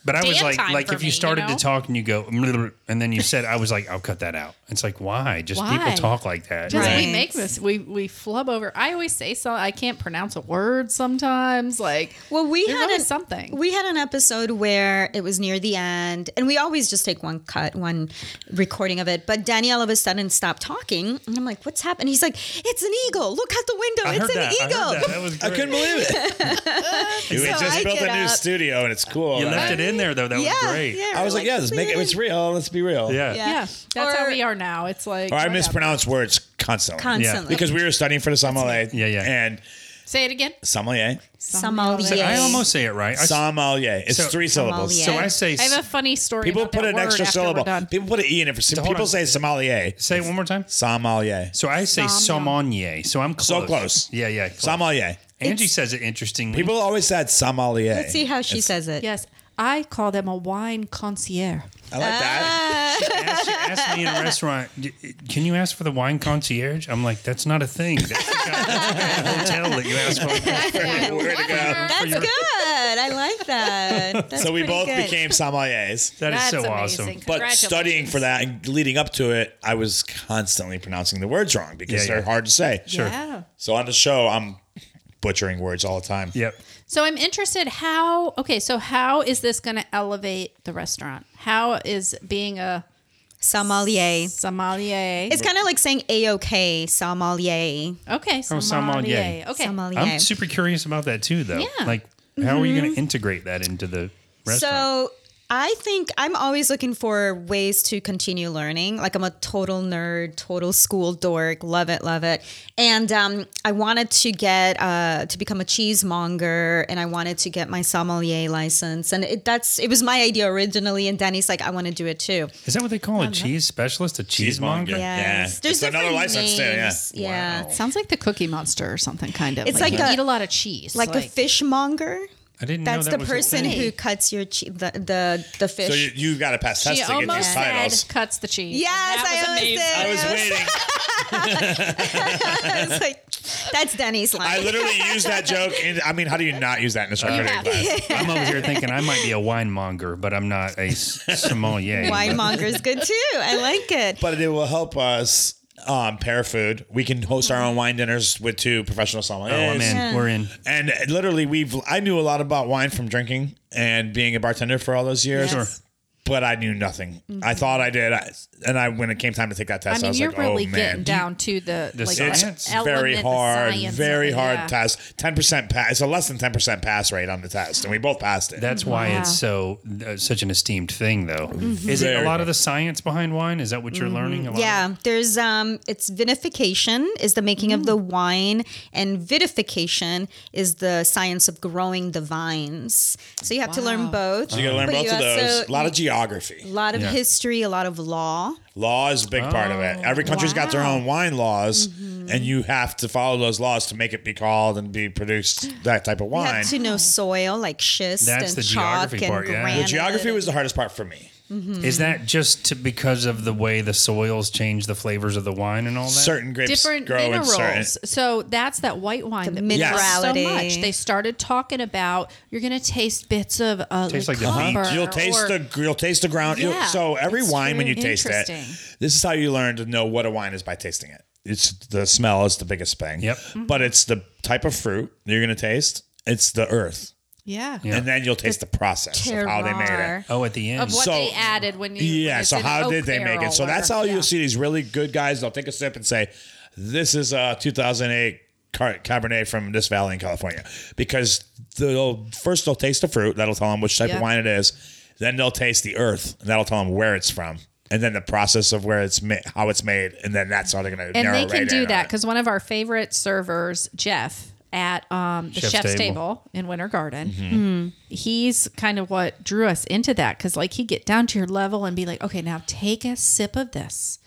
But I was Dan like, time like for if you me, started you know? to talk and you go, "Mm," and then you said, I was like, I'll cut that out. It's like, why? Just people Why? talk like that. Just Right. we make this, we we flub over. I always say so. I can't pronounce a word sometimes. Like, Well, we there's had always an- something. We had an episode where it was near the end, and we always just take one cut, one recording of it. But Danny all of a sudden stopped talking, and I'm like, "What's happened?" He's like, "It's an eagle! Look out the window! I heard it's an that. I heard eagle!" that. That was I couldn't believe it. we So just I built get a new up. studio, and it's cool. You And left I- it in there though. That yeah, was great. yeah. I was like, yeah, let's make it. It's real. Let's be real. Yeah. Yeah. yeah, that's Or- how we are now. It's like, Or I whatever. mispronounce words constantly. Constantly. Because we were studying for the sommelier. Yeah, yeah. And Say it again. sommelier, Sommelier. So I almost say it right. I, sommelier. It's So- three syllables. Sommelier. so I say I have a funny story. People about put that an word extra after we're syllable. done. People put an e in it for Hold people on. say sommelier. say it one more time. Sommelier. So I say Sommelier. sommelier. So I'm close. So close. Yeah, yeah. close. Sommelier. Angie says it interestingly. People always said sommelier. Let's see how she says it. Yes, I call them a wine concierge. I like that. asked, she asked me in a restaurant, "D- "Can you ask for the wine concierge?" I'm like, "that's not a thing. That's the kind of, that's the kind of hotel that you ask for." Where to go? That's good. I like that. That's So we pretty both good. became sommeliers. That is That's so amazing. awesome. But studying for that and leading up to it, I was constantly pronouncing the words wrong because Yeah, yeah. they're hard to say. Sure. Yeah. So on the show, I'm butchering words all the time. Yep. So I'm interested how okay, so how is this going to elevate the restaurant? How is being a sommelier. sommelier? It's kind of like saying A OK sommelier. okay, Oh, sommelier. sommelier. Okay. Sommelier. I'm super curious about that too, though. Yeah. Mm-hmm. Like, how are you going to integrate that into the restaurant? So I think I'm always looking for ways to continue learning. Like I'm a total nerd, total school dork. Love it, love it. And um, I wanted to get uh, to become a cheesemonger, and I wanted to get my sommelier license. And it, that's it was my idea originally. And Danny's like, I want to do it too. is that what they call a cheese specialist? A cheesemonger? Cheesemonger. Yeah. Yes. There's It's another different license too, yeah. names. Yeah. Wow. Sounds like the Cookie Monster or something kind of. It's like you a- eat a lot of cheese, Like, a fishmonger. I didn't know That's that the was a person thing. who cuts your che- the, the the fish. So you, you got to pass She tests to get almost these said titles. cuts the cheese. yes, That I was always amazing. did. I was waiting. I was like, that's Denny's line. I literally used that joke. And I mean, how do you not use that in a have charcuterie class? I'm over here thinking I might be a winemonger, but I'm not a s- sommelier. Winemonger is good too. I like it. But it will help us um, pair food. We can host our own wine dinners with two professional sommeliers. Oh, I'm in. We're in. And literally, we've I knew a lot about wine from drinking and being a bartender for all those years. Yes. Sure. But I knew nothing. I thought I did, I, and I when it came time to take that Mm-hmm. I test, I, mean, was you're like, really "Oh getting man, down to the, The like science. it's element, very the hard, science of very it, hard yeah. test. Ten percent pass. It's a less than ten percent pass rate on the test, and we both passed it. That's why Wow. it's so uh, such an esteemed thing, though. Is it a Very. lot of the science behind wine? Is that what you're learning? A lot Mm-hmm. Yeah, there's um it's vinification is the making of Mm. the wine and vitification is the science of growing the vines. So you have to learn Wow. both. you got to learn but both you of also- those. A lot of geography. A lot of Yeah. history, a lot of law. Law is a big part of it. Every country's got their wow. Mm-hmm. own wine laws, and you have to follow those laws to make it be called and be produced that type of You wine. have to know soil like schist That's and the chalk geography and part, yeah. The granite. The geography was the hardest part for me. mm-hmm. of- Is that just to, because of the way the soils change the flavors of the wine and all that? Certain grapes different grow in certain. minerals. So that's that white wine that we Yes. love so minerality. much. They started talking about you're going to taste bits of uh, Tastes like the copper beach. You'll taste or- the you'll taste the ground. you'll- Yeah, so every it's wine when true. you taste it, Interesting. this is how you learn to know what a wine is by tasting it. It's the smell is the biggest thing. Yep. Mm-hmm. But it's the type of fruit you're gonna taste. It's the earth, yeah. Yeah. and then you'll taste the, process of how they made terroir. it. Oh, at the end. Of what So- they added when you when Yeah. it's So in an how oak did they make barrel it? So or- that's how yeah. you'll see these really good guys. They'll take a sip and say, "This is a 2008 Car- Cabernet from this valley in California," because they'll first they'll taste the fruit. That'll tell them which type Yeah. of wine it is. Then they'll taste the earth, and that'll tell them where it's from, and then the process of where it's ma- how it's made, and then that's how they're gonna. and narrow they can right in do on that it. because one of our favorite servers, Jeff, at um, the Chef's chef's, Table. table. in Winter Garden, Mm-hmm. hmm, he's kind of what drew us into that because, like, he'd get down to your level and be like, "Okay, now take a sip of this."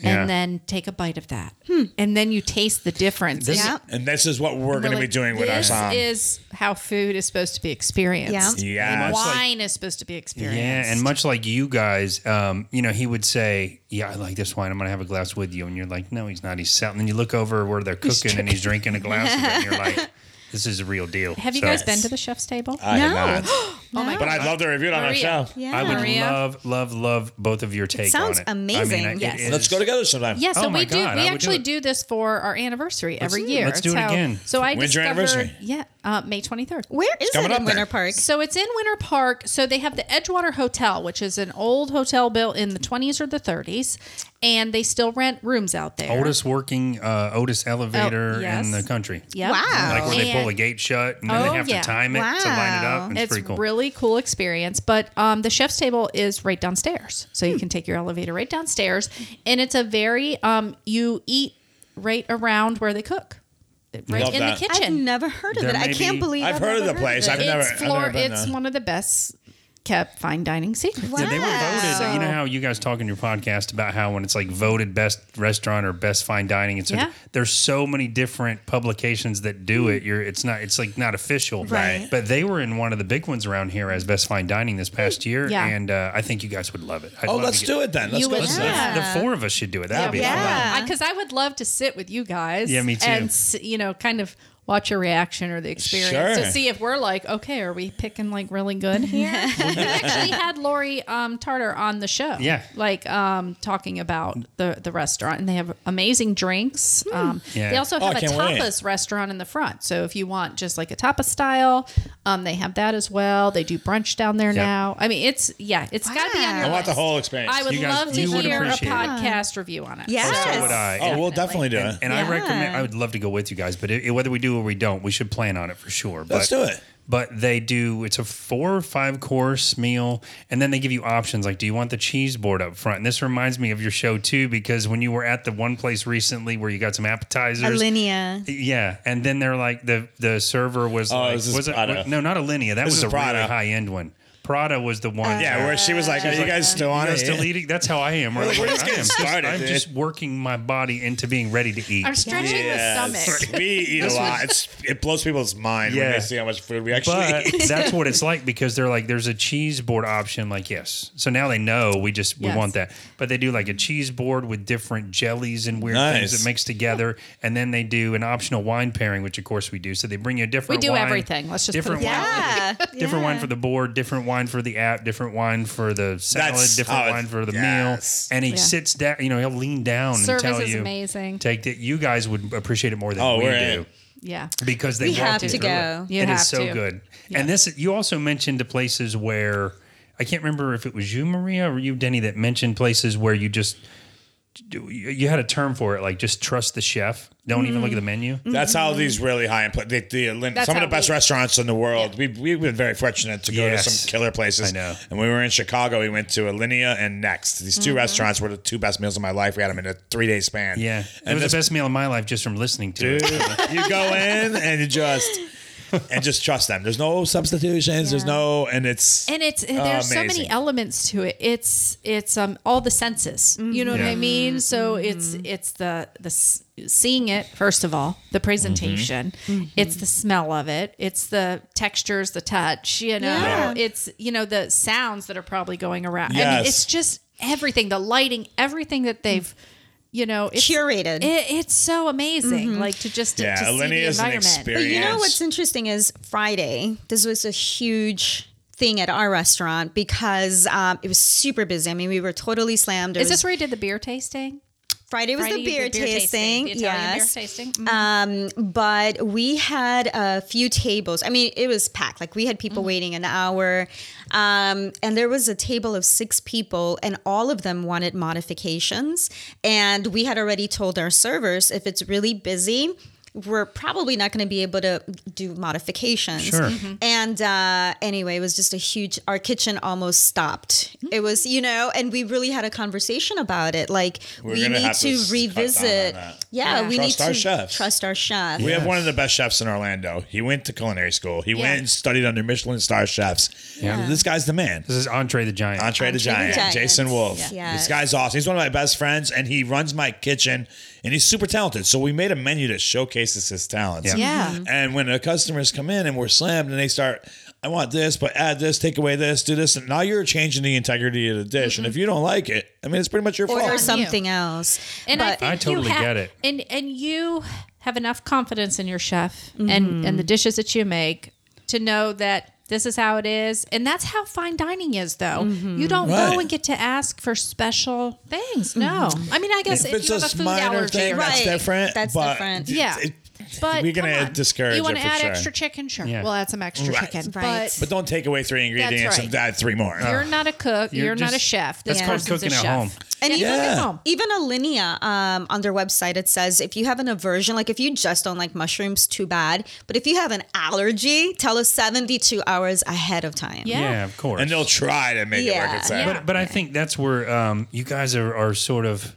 Yeah. And then take a bite of that, Hmm. and then you taste the difference. Yeah. And this is what we're We're gonna be like, doing with our this song. is how food is supposed to be experienced. Yeah. Yes. And Much like- wine is supposed to be experienced. Yeah, and much like you guys, um, you know, he would say, "Yeah, I like this wine. I'm gonna have a glass with you," and you're like, "No, he's not. He's selling." And then you look over where they're cooking, and he's drinking a glass, of it, and you're like, "This is a real deal." have you So- guys been to the chef's table? I have No. not. oh my Uh, But I'd love to review it on our Maria. show. Yeah. I would Maria? love, love, love both of your take. sounds on it. I amazing. mean, it Yes. is- Let's go together sometime. Yeah, so Oh my we do. God, I we would do actually it. do, this for our anniversary every year. let's do It's it how- again. So I When's your discovered, anniversary? Yeah, uh, May twenty third. Where is coming it up in there. Winter Park? So it's in Winter Park. So they have the Edgewater Hotel, which is an old hotel built in the twenties or the thirties, and they still rent rooms out there. oldest working uh, Otis elevator yes. in the country. Yep. Wow. Like where they pull And- the gate shut and then Oh, they have yeah. to time it to line it up. Wow. It's, It's, pretty cool. really cool experience. But um, the chef's table is right downstairs, so you can take your elevator right downstairs, and it's a very um, you eat right around where they cook, right Love in that. the I've kitchen. never heard of There it. I may can't be- believe I've heard of never the place. I've it. never- it's floor. been it's there. one of the best kept fine dining secret. Wow. Yeah, they were voted. So- you know how you guys talk in your podcast about how when it's like voted best restaurant or best fine dining, it's Yeah. there's so many different publications that do it. You're it's not it's like not official, Mm. Right. Right. But they were in one of the big ones around here as best fine dining this Mm. past year, Yeah. and uh, I think you guys would love it. I'd Oh, love let's to get- do it then. Let's You go. would to the- The, Yeah. the four of us should do it. That'd be Yeah. fun. Because I would love to sit with you guys. Yeah, me too. And s- you know, kind of watch your reaction or the experience Sure. to see if we're like, okay, are we picking like really good here? we actually had Lori um, Tartar on the show. Yeah. like um, talking about the the restaurant, and they have amazing drinks. Um, Yeah. They also Oh, have I a can't wait. tapas restaurant in the front. So if you want just like a tapas style, um, they have that as well. They do brunch down there now. I mean, it's yeah, it's got to be on your Wow. I want the list. whole experience. I would You guys- love to you would hear a appreciate it. podcast review on it. uh, Yes. So would I. oh, we'll definitely do it. And I Yeah. recommend. I would love to go with you guys, but it, whether we do or we don't, we should plan on it for sure. Let's but, do it. But they do. It's a four or five course meal, and then they give you options like, do you want the cheese board up front? And this reminds me of your show too, because when you were at the one place recently where you got some appetizers, Alinea. yeah, and then they're like the the server was like Oh, this is was it Prada. no not Alinea that is was a Prada. really high end one. Prada was the one. yeah, where she was like, "Are you guys still on I'm it?" still eating. That's how I am. Right? We're just I getting am just- started, I'm dude. just working my body into being ready to eat. I'm stretching the Yes. stomach. We eat a lot. It's, it blows people's mind when Yeah. they see how much food we actually but eat. that's what it's like because they're like there's a cheese board option like yes so now they know we just we Yes. want that but they do like a cheese board with different jellies and weird Nice. things it makes together and then they do an optional wine pairing which of course we do so they bring you a different do wine, everything. Let's just put it different that wine Yeah. different wine for the board different wine for the app different wine for the salad That's different how it- wine for the yes. meal and he Yeah. sits down you know he'll lean down Service and tell is you amazing. take that you guys would appreciate it more than Oh, we we're do in. Yeah. because they We walk have you to through go. It, You It is have so to. good. And this, you also mentioned the places where I can't remember if it was you, Maria, or you, Denny, that mentioned places where you just you- you had a term for it, like just trust the chef. Don't even look at the menu. Mm. That's how these really high end, pla- the, the, That's some of how the best we- restaurants in the world. We we've been very fortunate to go Yes. to some killer places. I know. And when we were in Chicago, we went to Alinea and Next. These Mm-hmm. 2 restaurants were the two best meals of my life. We had them in a three day span. Yeah, it and was this the best meal of my life just from listening to Dude, it. you go in and you just and just trust them. There's no substitutions. There's no and it's And it's there's so many Amazing. elements to it. It's it's um all the senses. Mm-hmm. You know what Yeah. I mean? So it's it's the the s- seeing it first of all, the presentation. Mm-hmm. It's the smell of it. It's the textures, the touch, you know. Yeah. It's you know the sounds that are probably going around. I mean, Yes. it's just everything, the lighting, everything that they've you know, it's, Curated. It, it's so amazing, Mm-hmm. like to just to, yeah. to see the Alinea is an environment. experience. But you know what's interesting is Friday. This was a huge thing at our restaurant because um, it was super busy. I mean, we were totally slammed. It Is was- this where you did the beer tasting? Friday was Friday the you beer did tasting? the Italian yes. beer tasting. Um, but we had a few tables. I mean, it was packed. Like we had people waiting an hour, um, and there was a table of six people, and all of them wanted modifications. And we had already told our servers if it's really busy. We're probably not going to be able to do modifications. Mm-hmm. Sure. Mhm. And uh, anyway, it was just a huge. Our kitchen almost stopped. It was, you know, and we really had a conversation about it. Like We're we gonna need have to, to s- cut down on revisit. that. Yeah, Yeah. we Trust need our to chefs. trust our chef. We have one of the best chefs in Orlando. He went to culinary school. He Yeah. went and studied under Michelin star chefs. Yeah. This guy's the man. This is Entree the Giant. Entree the Entree the Giant, Giant. Jason Wolf. Yeah. This guy's awesome. He's one of my best friends, and he runs my kitchen, and he's super talented. So we made a menu that showcases his talents. Mm-hmm. Yeah. Mhm. And when the customers come in and we're slammed, and they start, I want this, but add this, take away this, do this, and now you're changing the integrity of the dish. And if you don't like it, I mean, it's pretty much your Order fault. something else. and I, but think I totally you have, get it. And and you have enough confidence in your chef Mm-hmm. and and the dishes that you make to know that this is how it is, and that's how fine dining is. Though Mm-hmm. you don't Right. go and get to ask for special things. No, I mean I guess if, If it's you have a a food minor allergy, thing, or that's Mm-hmm. Right. different. That's but different. it- yeah. it- but we're gonna come on. discourage You it want to for add sure. extra chicken? Sure. Yeah. We'll add some extra Right. chicken. Right. But But don't take away three ingredients right. and add three more. you're not a cook. You're, You're not a just- chef. This that's called person's a cooking at chef. home. And yeah. cook at Yeah. home. even Alinea um, on their website, it says if you have an aversion, like if you just don't like mushrooms, too bad. But if you have an allergy, tell us 72 hours ahead of time. Yeah. yeah, of course. And they'll try to make it Yeah. work. It's like, Yeah. But but I think that's where um, you guys are, are sort of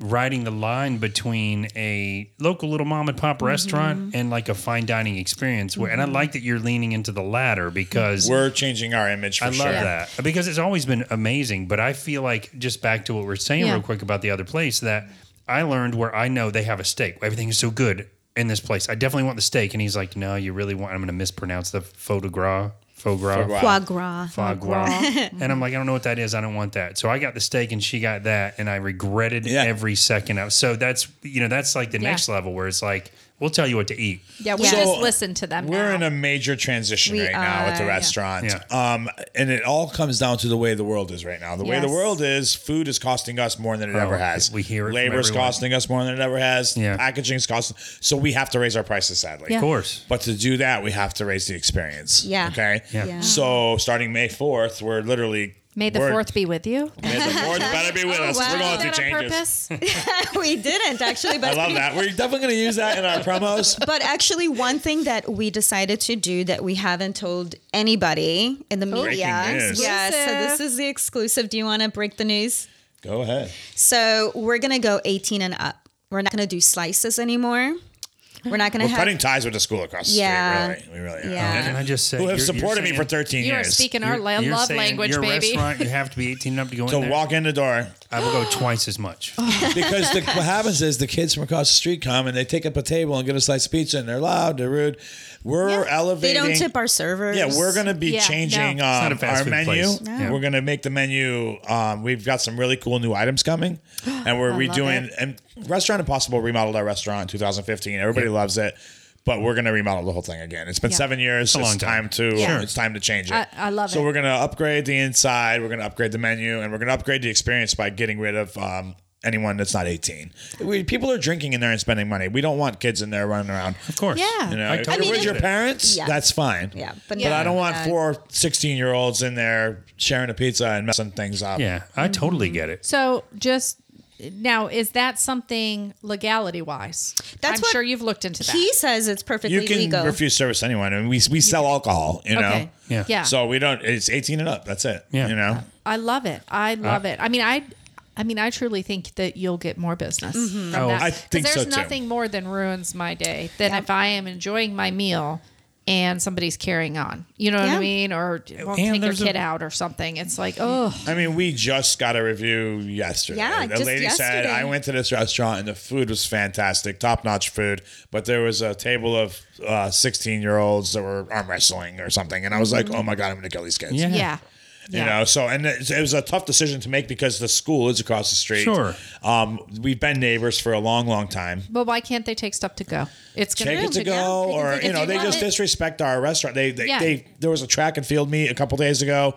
riding the line between a local little mom and pop restaurant and like a fine dining experience. Where, and I like that you're leaning into the latter because We're changing our image. For I love sure. that because it's always been amazing. But I feel like just back to what we are saying Yeah. real quick about the other place that I learned where I know they have a steak. Everything is so good in this place. I definitely want the steak. And he's like, no, you really want. I'm going to mispronounce the faux de gras, faux gras, gras. Foie gras. foie gras. and I'm like, I don't know what that is. I don't want that. So I got the steak and she got that, and I regretted Yeah. every second of. So that's you know that's like the Yeah. next level where it's like we'll tell you what to eat. Yeah, we Yeah. just So, listen to them. We're now. in a major transition We right now with the are, yeah. restaurant. Yeah. Um, and it all comes down to the way the world is right now. The way Yes. the world is, food is costing us more than it ever has. we hear it from Labor's everyone. costing us more than it ever has. Yeah. Packaging's costing. So we have to raise our prices, sadly. Yeah. Of course. But to do that, we have to raise the experience. Yeah. Okay. Yeah. Yeah. So starting May 4th, we're literally. May the we're- fourth be with you. May the 4th better be with us. wow. We're going Did through that on changes. purpose? we didn't actually, but I love that. We're definitely going to use that in our promos. But actually, one thing that we decided to do that we haven't told anybody in the media. news. Yeah, so Exclusive. this is the exclusive. Do you want to break the news? Go ahead. So we're gonna go 18 and up. We're not gonna do slices anymore. We're not gonna We're have. cutting ties with the school across the Yeah. street. Really. We really are. Yeah. And I just said Who have you're- you're supported me saying- for 13 You are years. speaking our la- you're love saying language, your baby. Restaurant, you have to be 18 and up to go to in there. walk in the door I will go twice as much. Oh, because the, what happens is the kids from across the street come and they take up a table and get a slice of pizza and they're loud, they're rude. We're They elevating. don't tip our servers. Yeah, we're gonna be Yeah, changing no. um, not a fast our food menu. place. No. Yeah. We're gonna make the menu. Um, we've got some really cool new items coming, and we're redoing. it. And Restaurant Impossible remodeled our restaurant in 2015. Everybody loves it, but we're gonna remodel the whole thing again. It's been Yeah. seven years. It's, a long time. time, to. Yeah. Sure. It's time to change it. I- I love So it. we're gonna upgrade the inside. We're gonna upgrade the menu, and we're gonna upgrade the experience by getting rid of. Um, Anyone that's not 18. We, people are drinking in there and spending money. We don't want kids in there running around. Of course. Yeah. You know, I if totally you're with get your it. parents, Yeah. that's fine. Yeah, but, But I don't want four. four 16 year olds in there sharing a pizza and messing things up. Yeah, I totally get it. So just now, is that something legality wise? That's I'm what sure you've looked into that. He says it's perfectly You can legal. refuse service to anyone. and we, we sell alcohol, you know? Okay. Yeah. Yeah. So we don't, it's 18 and up. That's it. Yeah. You know? I love it. I Uh, love it. I mean, I. I mean, I truly think that you'll get more business. From Mm-hmm. Oh, that. I 'Cause think so, there's too. nothing more than ruins my day than if I am enjoying my meal and somebody's carrying on. You know what Yeah. I mean? Or won't And take their there's a- kid out or something. It's like, oh, I mean, we just got a review yesterday. Yeah, the just lady said, yesterday. I went to this restaurant and the food was fantastic, top notch food, but there was a table of 16 year olds that were arm wrestling or something. And I was like, oh my God, I'm going to kill these kids. Yeah. yeah. You know, so and it, it was a tough decision to make because the school is across the street. Sure. um, we've been neighbors for a long, long time. But why can't they take stuff to go? It's gonna Take be it to go, They can or take it you know, to they go. just disrespect our restaurant. They, they, Yeah. they, there was a track and field meet a couple days ago,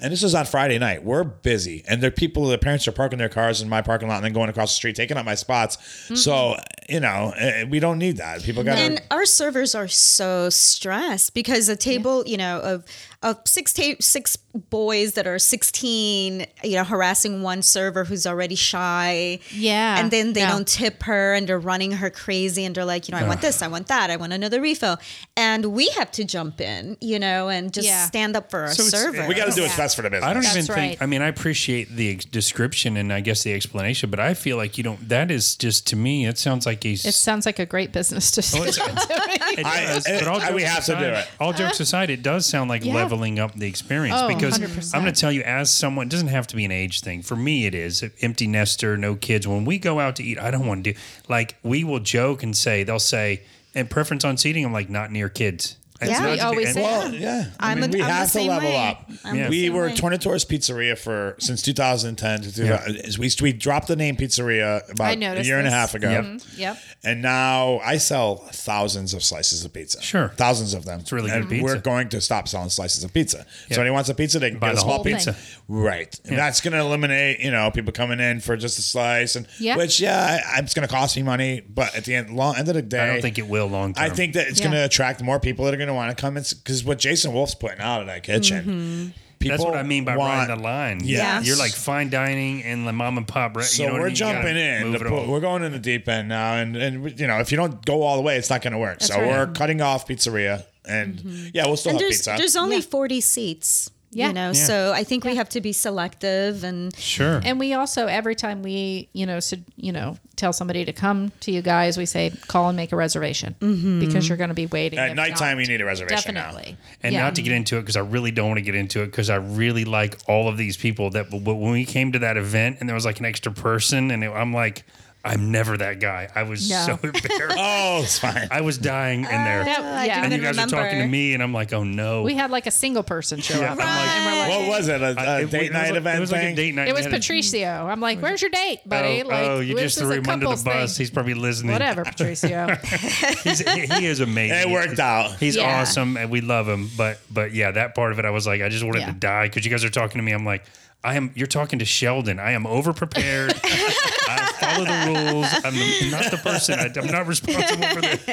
and this is on Friday night. We're busy, and there are people. The parents are parking their cars in my parking lot and then going across the street, taking up my spots. So Mm-hmm. you know, eh, we don't need that. People got And our servers are so stressed because a table, you know, of of six ta- six boys that are sixteen, you know, harassing one server who's already shy. Yeah. And then they No. don't tip her and they're running her crazy and they're like, you know, I want this, I want that, I want another refill. And we have to jump in, you know, and just Yeah. stand up for our So it's- server. we got to do what's Yeah. best for the business. I don't That's even think. right. I mean, I appreciate the ex- description and I guess the explanation, but I feel like you don't. That is just to me. It sounds like he's. It sounds like a great business Well, decision. it's- it does, I- but all I- we jokes have to do aside- it. All jokes aside, it does sound like Yeah. leveling up the experience Oh, because i 100%. am going to tell you, as someone, it doesn't have to be an age thing. For me, it is empty nester, no kids. When we go out to eat, I don't want to do like we will joke and say they'll say and preference on seating. I'm like not near kids. It's Yeah, not we to do- always and- say that. Well, yeah. I I'm mean, a- we I'm the have to same level way. up. I'm Yeah. the We same were way. Tornatores Pizzeria for since 2010 to 2000, we we dropped the name Pizzeria about I a year noticed and a this. half ago. Yep. yep. And now I sell thousands of slices of pizza. Sure. Thousands of them. It's really good and pizza. We're going to stop selling slices of pizza. Yeah. So anyone wants a pizza, they can Buy get a the small whole thing. pizza. Right. And that's going to eliminate, you know, people coming in for just a slice and Yeah. which yeah, I, it's going to cost me money, but at the end long end of the day I don't think it will long term. I think that it's Yeah. going to attract more people that are going to want to come. It's because what Jason Wolf's putting out in that kitchen. People That's what I mean by want, riding the line. Yeah. You're like fine dining and the mom and pop. Re- So you know what I we're mean? You gotta jumping in. Move The it pool- all. we're going in the deep end now, and and you know if you don't go all the way, it's not going to work. so right. we're cutting off pizzeria, and yeah, we'll still And have there's pizza. there's only forty seats. Yeah. You know, Yeah. so I think we have to be selective and Sure. And we also every time we you know should you know tell somebody to come to you guys, we say call and make a reservation Mm-hmm. because you're going to be waiting At if nighttime, not. you need a reservation now. Definitely. and Yeah. not to get into it because I really don't want to get into it because I really like all of these people. That but when we came to that event and there was like an extra person, and it, I'm like, I'm never that guy. I was No. so embarrassed. Oh, it's fine. I was dying in there, That- I yeah. didn't and you even guys remember. are talking to me, and I'm like, oh no. we had like a single person show Yeah, I'm up. like- And we're like, What was it? A, I- Uh, a it- Uh, date it was night like- event It was like thing? a date night. it was and- Patricio. I'm like, where's your date, buddy? Oh, like, oh, you this just is threw a him under the couples bus. thing. He's probably listening. Whatever, Patricio. He's, he is amazing. It worked out. He's Yeah. awesome, and we love him. But but yeah, that part of it, I was like, I just wanted Yeah. to die because you guys are talking to me. I'm like, I am. You're talking to Sheldon. I am overprepared. I follow the rules. I'm the- not the person. I, am not responsible for this.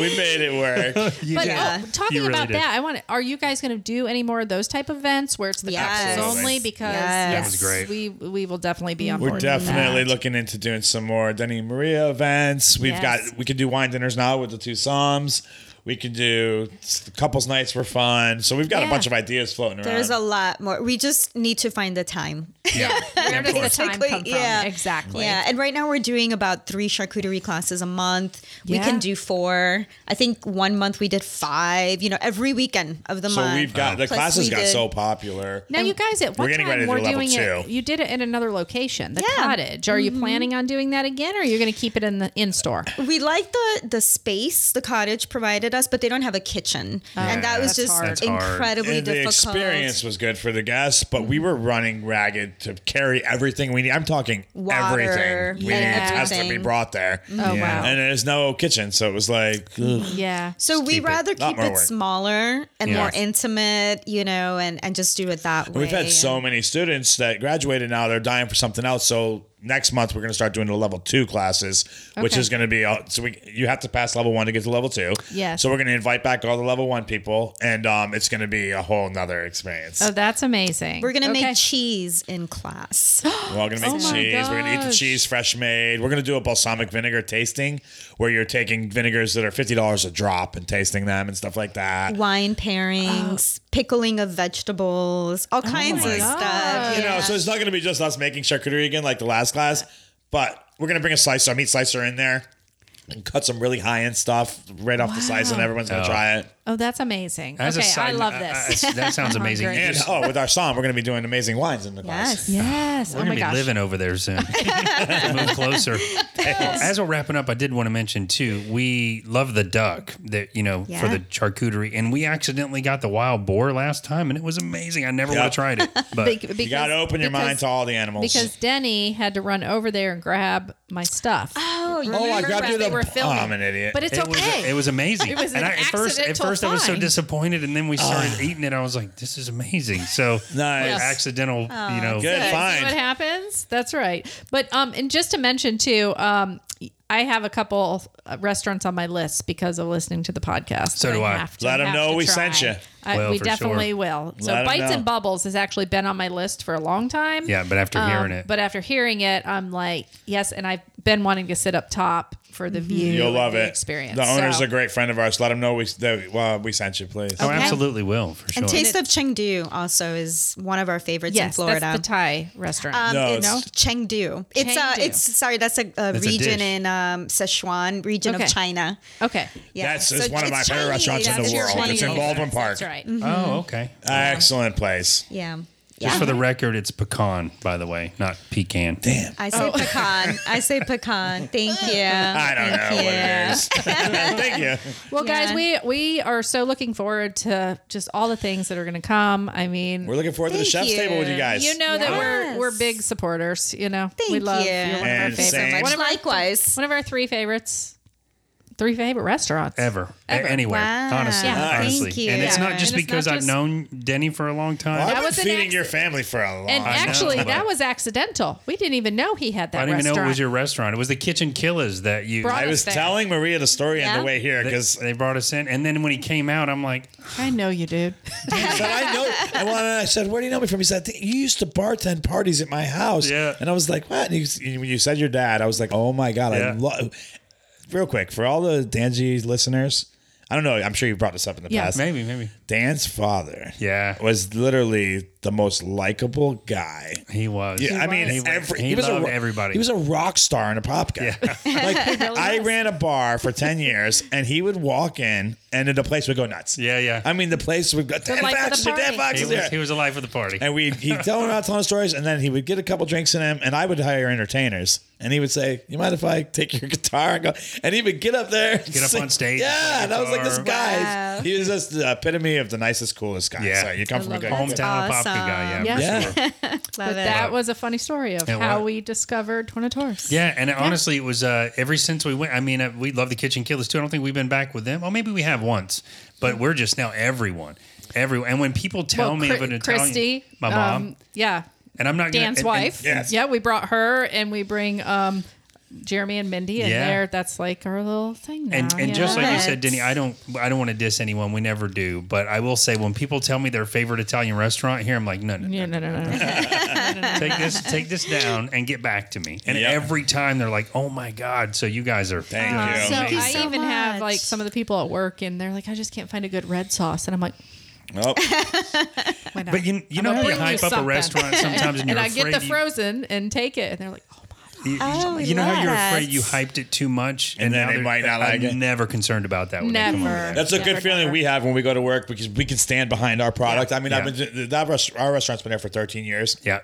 we made it work. You But did. Yeah. oh, talking You really about did. that, I want. Are you guys going to do any more of those type of events where it's the Yes. couples Absolutely. only? Because Yes. That was great. We we will definitely be on. We're board with that. definitely looking into doing some more Denny and Maria events. We've Yes. got we could do wine dinners now with the two Psalms. We could do couples nights were fun. So we've got Yeah. a bunch of ideas floating around. there's a lot more. We just need to find the time. yeah. Where does the time Basically, come from? yeah. Exactly. Yeah, and right now we're doing about three charcuterie classes a month. We Yeah. can do four. I think one month we did five. You know, every weekend of the so month. we've got the Plus classes we got did- so popular. Now you guys at one getting ready time to were do level doing it. two. You did it in another location, the Yeah. Mm-hmm. cottage. Are you planning on doing that again, or are you going to keep it in the in store? we like the the space the cottage provided us, but they don't have a kitchen, and that That's was just hard. That's hard. incredibly And the difficult. Mm-hmm. experience was good for the guests, but we were running ragged to carry everything we need. I'm talking Water, everything we yeah, need has to be everything. brought there. Oh wow. And there's no kitchen, so it was like Mm, ugh. yeah. So we keep it. rather Not keep more it work. smaller and more Yes. intimate, you know, and and just do it that way. We've had so And- many students that graduated now; they're dying for something else. So next month we're going to start doing the level two classes, which Okay. is going to be all- so we you have to pass level one to get to level two. Yes. So we're going to invite back all the level one people, and um, it's going to be a whole nother experience. Oh, that's amazing. We're gonna Okay. make cheese in class. we're all going to make oh my cheese. We're going to eat the gosh. cheese fresh made. We're going to do a balsamic vinegar tasting, where you're taking vinegars that are fifty dollars a drop and tasting them and stuff like that. Wine Oh. pairings, pickling of vegetables, all kinds my of God. stuff. You know, yeah. so it's not going to be just us making charcuterie again like the last class, but we're going to bring a slicer, a meat slicer in there and cut some really high end stuff right off the slice, and everyone's going to try it. Oh, that's amazing. As a okay, I side- love I- this. I- that sounds amazing. hungry. And oh, with our song, we're going to be doing amazing wines in the class. yes. yes. We're oh gonna my be gosh. living over there soon. Move closer. As we're wrapping up, I did want to mention too. We love the duck that you know for Yeah. the charcuterie, and we accidentally got the wild boar last time, and it was amazing. I never Yeah. would have tried it, but Be- because, You got to open your mind to all the animals. Because Denny had to run over there and grab my stuff. Oh, you oh, I remember grabbed you that the. were Oh, filming. I'm an idiot. but it's it okay. was it was amazing. It was and an I, at first, at accidental first, I was so find. Ah. disappointed, and then we started eating it. I was like, "This is amazing." So Nice. like, accidental, you know. Good Yeah, See what find. happens? That's right. But um, and just to mention too, um, I have a couple uh, restaurants on my list because of listening to the podcast. So that do I. have to- Let 'em have know to we try. sent ya. I, Well, we for sure. definitely will. So Let 'em bites know. and bubbles has actually been on my list for a long time. Yeah, but after Um, hearing it, but after hearing it, I'm like, yes, and I've been wanting to sit up top for the view. Mm-hmm. You'll and love the it. Experience. The owner's So- a great friend of ours. Let him know we that, well, we sent you, please. oh, I absolutely will for sure. And Taste of Chengdu also is one of our favorites in yes, Florida. that's the Thai restaurant. Um, No, it's it's- Chengdu. It's uh, Chengdu. it's sorry, that's a, a a region dish. in um, Sichuan, region Okay. of China. okay, Yeah, That's So it's one of my it's favorite Chinese. restaurants in That's the your world. It's in Chinese. Baldwin Park. that's right. oh, okay. Uh, Excellent place. Yeah, Just yeah. for the record, it's pecan, by the way, not pecan. Damn. I say pecan. I say pecan. Thank you. Oh. I don't know what it is. Thank you. Well, guys, Yeah. we we are so looking forward to just all the things that are going to come. I mean, We're looking forward to the Thank chef's you. table with you guys. you know that we're Yes. we're big supporters. You know, we Thank love you. You're one And of our favorites. same. One of our, Likewise. one of our three favorites. Three favorite restaurants ever, A- Ever. anywhere. Wow. Honestly, Yeah. Thank honestly, you. and it's Yeah. not just And it's because not I've just- known Denny for a long time. I've That been was an feeding accident. your family for a long And time. know, actually, but- that was accidental. We didn't even know he had that I didn't even restaurant. know it was your restaurant. It was the Kitchen Killers that you. Brought I us was there. telling Maria the story on Yeah? the way here because because they brought us in, and then when he came out, I'm like, I know you, dude. I said, I know. And when I said, Where do you know me from? He said, "I think You used to bartend parties at my house. Yeah. And I was like, What? And he was- and when you said your dad, I was like, Oh my God. Yeah. I love. Real quick, for all the Danji listeners, I don't know. I'm sure you brought this up in the Yeah. past. Maybe, maybe. Dan's father, Yeah. was literally the most likable guy. He was. Yeah, I mean, He was. every, he, he, was loved a, ro- everybody. He was a rock star and a pop guy. like I ran a bar for ten years, and he would walk in, and then the place would go nuts. Yeah, yeah. I mean, the place would go Dan life of Fox, the Dan party. Fox he is was, there. he was alive for the party. And we he'd tell him about telling stories, and then he would get a couple drinks in him, and I would hire entertainers. And he would say, "You mind if I take your guitar?" And go, and he would get up there, Get up on stage, Yeah, play and I was like, "This guitar. guy, Wow. is- he was just the epitome of the nicest, coolest guy." Yeah. so you come I from a love good that. home. That's Hometown pop awesome. guy. Yeah. Yeah. for Yeah. sure. Love But it. that was a funny story of It how was. we discovered Tornators. Yeah, and honestly, it was uh, ever since we went. I mean, uh, we love the Kitchen Killers too. I don't think we've been back with them. Oh, maybe we have once, but we're just now everyone, everyone. And when people tell me Chri- of an Italian, Christy, my mom, um, yeah, and I'm not gonna- and- Dan's and- wife. Yes. Yeah, we brought her, and we bring um, Jeremy and Mindy, and Yeah. there. That's like our little thing now. And, and Oh, yeah. just like you Yes. said, Denny, I don't I don't want to diss anyone. We never do, but I will say when people tell me their favorite Italian restaurant here, I'm like, no, no, no, yeah, no, no, no, no. take this take this down and get back to me. And Yeah. every time they're like, oh my god, so you guys are Thank you guys you. are So Thank you amazing. I so even have much. like some of the people at work, and they're like, "I just can't find a good red sauce," and I'm like, Oh, "Why not?" But you, you know, I'm gonna how you bring hype up a something. restaurant sometimes, and, and you're I afraid get the you- frozen and take it, and they're like, "Oh my!" you, you- Oh, you know how you're yes. afraid you hyped it too much, And now then they they're- might not I'm like it. Never concerned about that. when they come over. Never. that's a good Never, feeling never. we have when we go to work because we can stand behind our product. Yeah. I mean, I've Yeah. been that rest, our restaurant's been there for 13 years. Yeah,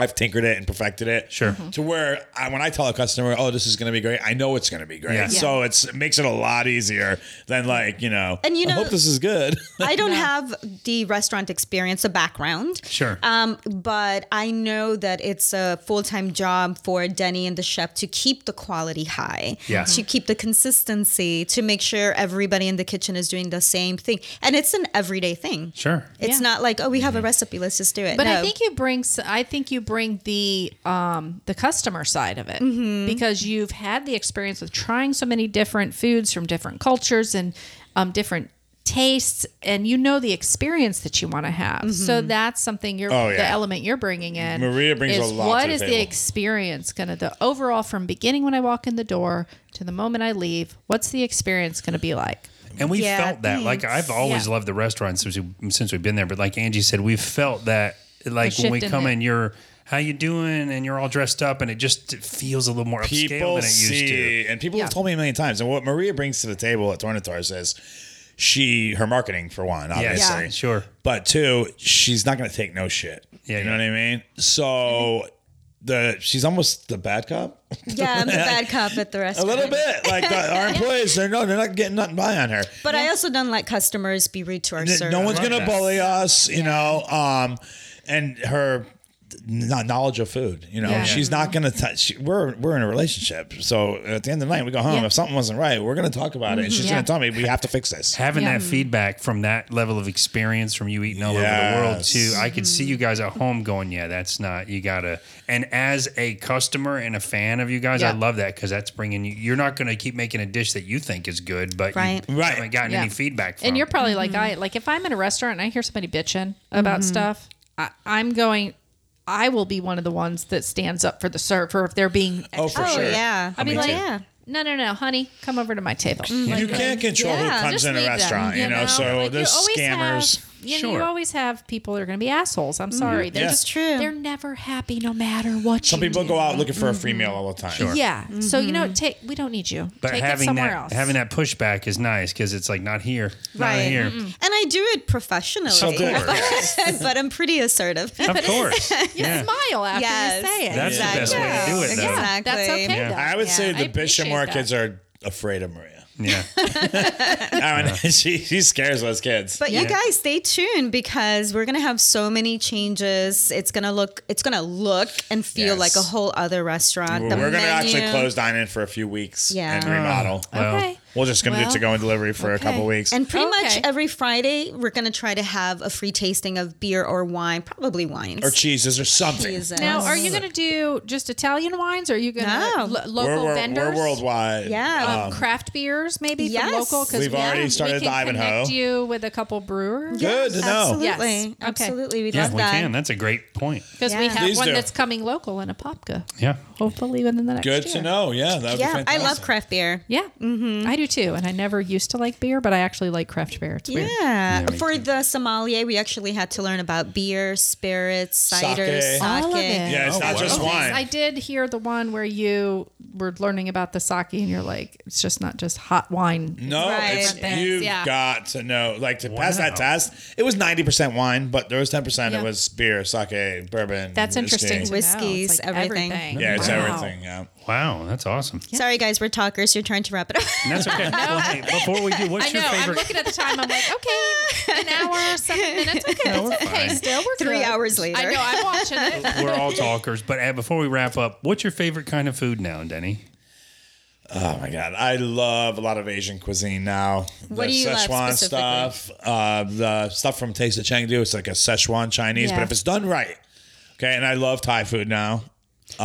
I've tinkered it and perfected it. Sure. Mhm. To where I, when I tell a customer, "Oh, this is going to be great," I know it's going to be great. Yeah. Yeah. So it's it makes it a lot easier than like you know. And you I know- hope this is good. I don't have the restaurant experience, a background. Sure. Um, but I know that it's a full time job for Denny and the chef to keep the quality high, Yeah. to keep the consistency, to make sure everybody in the kitchen is doing the same thing. And it's an everyday thing. sure. Mm-hmm. It's Yeah. not like, oh, we have a recipe, let's just do it. But I No. think you bring s- I think you bring the um, the customer side of it Mm-hmm. because you've had the experience with trying so many different foods from different cultures and um, different tastes, and you know the experience that you want to have. So Mm-hmm. that's something you're Oh, yeah. the element you're bringing in. Maria brings a is lot What to the is the table. experience going to the overall from beginning when I walk in the door to the moment I leave? What's the experience going to be like? And we Yeah, felt that. Like I've always Yeah. loved the restaurant since we since we've been there. But like Angie said, we've felt that like The when we shift in come it. in, you're how you doing, and you're all dressed up, and it just feels a little more upscale people than it used see, to. and people have Yeah. told me a million times. And what Maria brings to the table at Tornators is she her marketing for one, Yes, obviously, Yeah. sure. but two, she's not going to take no shit. Yeah, you know yeah. what I mean. So the she's almost the bad cop. yeah, I'm a bad cop at the A restaurant. little bit, like the, our employees, they're no, they're not getting nothing by on her. But I also don't like customers be rude to our Th- server. no one's Love gonna that. bully us, you know. Um, and her kn- knowledge of food, you know, Yeah. she's not gonna touch. she- We're we're in a relationship, so at the end of the night, we go home. Yeah. Mm-hmm. If something wasn't right, we're gonna talk about it, and she's Yeah. gonna tell me we have to fix this. Having Yeah. that feedback from that level of experience from you eating all over the world Yes. too, I could see Mm-hmm. you guys at home going, "Yeah, that's not you gotta." And as a customer and a fan of you guys, I Yeah. love that because that's bringing you. You're not going to keep making a dish that you think is good, but Right. you Right. haven't gotten Yeah. any feedback. From. And you're probably like I like if I'm in a restaurant and I hear somebody bitching about stuff, I, I'm going. I will be one of the ones that stands up for the server if they're being. Oh, for Oh, sure. yeah. I'll be Me like, too. yeah. no, no, no, honey, come over to my table. You can't control Yeah, who comes Just Mm-hmm. in a leave them, restaurant, you know. So Like, you there's always scammers. Have, you, know, Sure. you always have people that are going to be assholes. I'm sorry. They're Yeah. just It's true. They're never happy, no matter what. Some you people do. go out looking for a free meal all the time. Yeah. So you know, take. We don't need you. But take it having somewhere that else. having that pushback is nice because it's like not here, not Right. here. And I do it professionally. So do it. but, but I'm pretty assertive. Of course, yeah. smile after Yes. you say it. That's the best way to do it, though. Yeah, that's Exactly. okay. Yeah. Though. I would say Yeah. I the Bishamore appreciate that. kids are afraid of Maria. yeah. I mean, she she scares us kids. But you guys stay tuned because we're gonna have so many changes. It's gonna look it's gonna look and feel Yes. like a whole other restaurant. we're The gonna actually menu. close dining for a few weeks Yeah. and remodel. Well, Okay. We're just gonna do Well, to go and delivery for a couple weeks. And pretty much Okay. every Friday, we're gonna try to have a free tasting of beer or wine, probably wines. or cheeses or something. cheeses. Now, are you going to do just Italian wines? Or are you going to No. lo- We're, local we're, vendors? we're worldwide. yeah. Um, craft beers, maybe Yes. from local. Because We've already started we the can Ivanhoe. connect you with a couple brewers. Good to know. Absolutely. Yes. Okay. Absolutely. We Yeah, love we that. can. That's a great point. Because we Yeah. have Please one do. that's coming local in Apopka. Yeah. Hopefully within the next Good year. to know. Yeah, that would be Yeah, I fantastic. love craft beer. Yeah, mm-hmm. I do too. And I never used to like beer, but I actually like craft beer. It's weird. Yeah. For the sommelier, we actually had to learn about beer, spirits, ciders, Sake. sake. All of it. Yeah, it's Oh, not wow. just Okay. wine. I did hear the one where you were learning about the sake, and you're like, it's just not just hot wine. No, Right. it's, Different you've things, yeah. got to know. Like to pass Wow. that test, it was ninety percent wine, but there was ten percent. Yeah. It was beer, sake, bourbon. That's whiskey. interesting. to know. It's Whiskeys, everything. Yeah, it's Wow. everything. Yeah. Wow, that's awesome. Sorry, guys, we're talkers. You're trying to wrap it up. And that's okay. Well, hey, before we do, what's I know. your I'm favorite? looking at the time. I'm like, okay, an hour, seven minutes. Okay, No, we're it's okay. fine. Still, we're Three good. hours later. I know. I'm watching it. We're all talkers, but uh, before we wrap up, what's your favorite kind of food now, Denny? Oh my god, I love a lot of Asian cuisine now. What the do you love Szechuan stuff, uh, the stuff from Taste of Chengdu. It's like a Szechuan Chinese, Yeah. but if it's done right, okay. And I love Thai food now.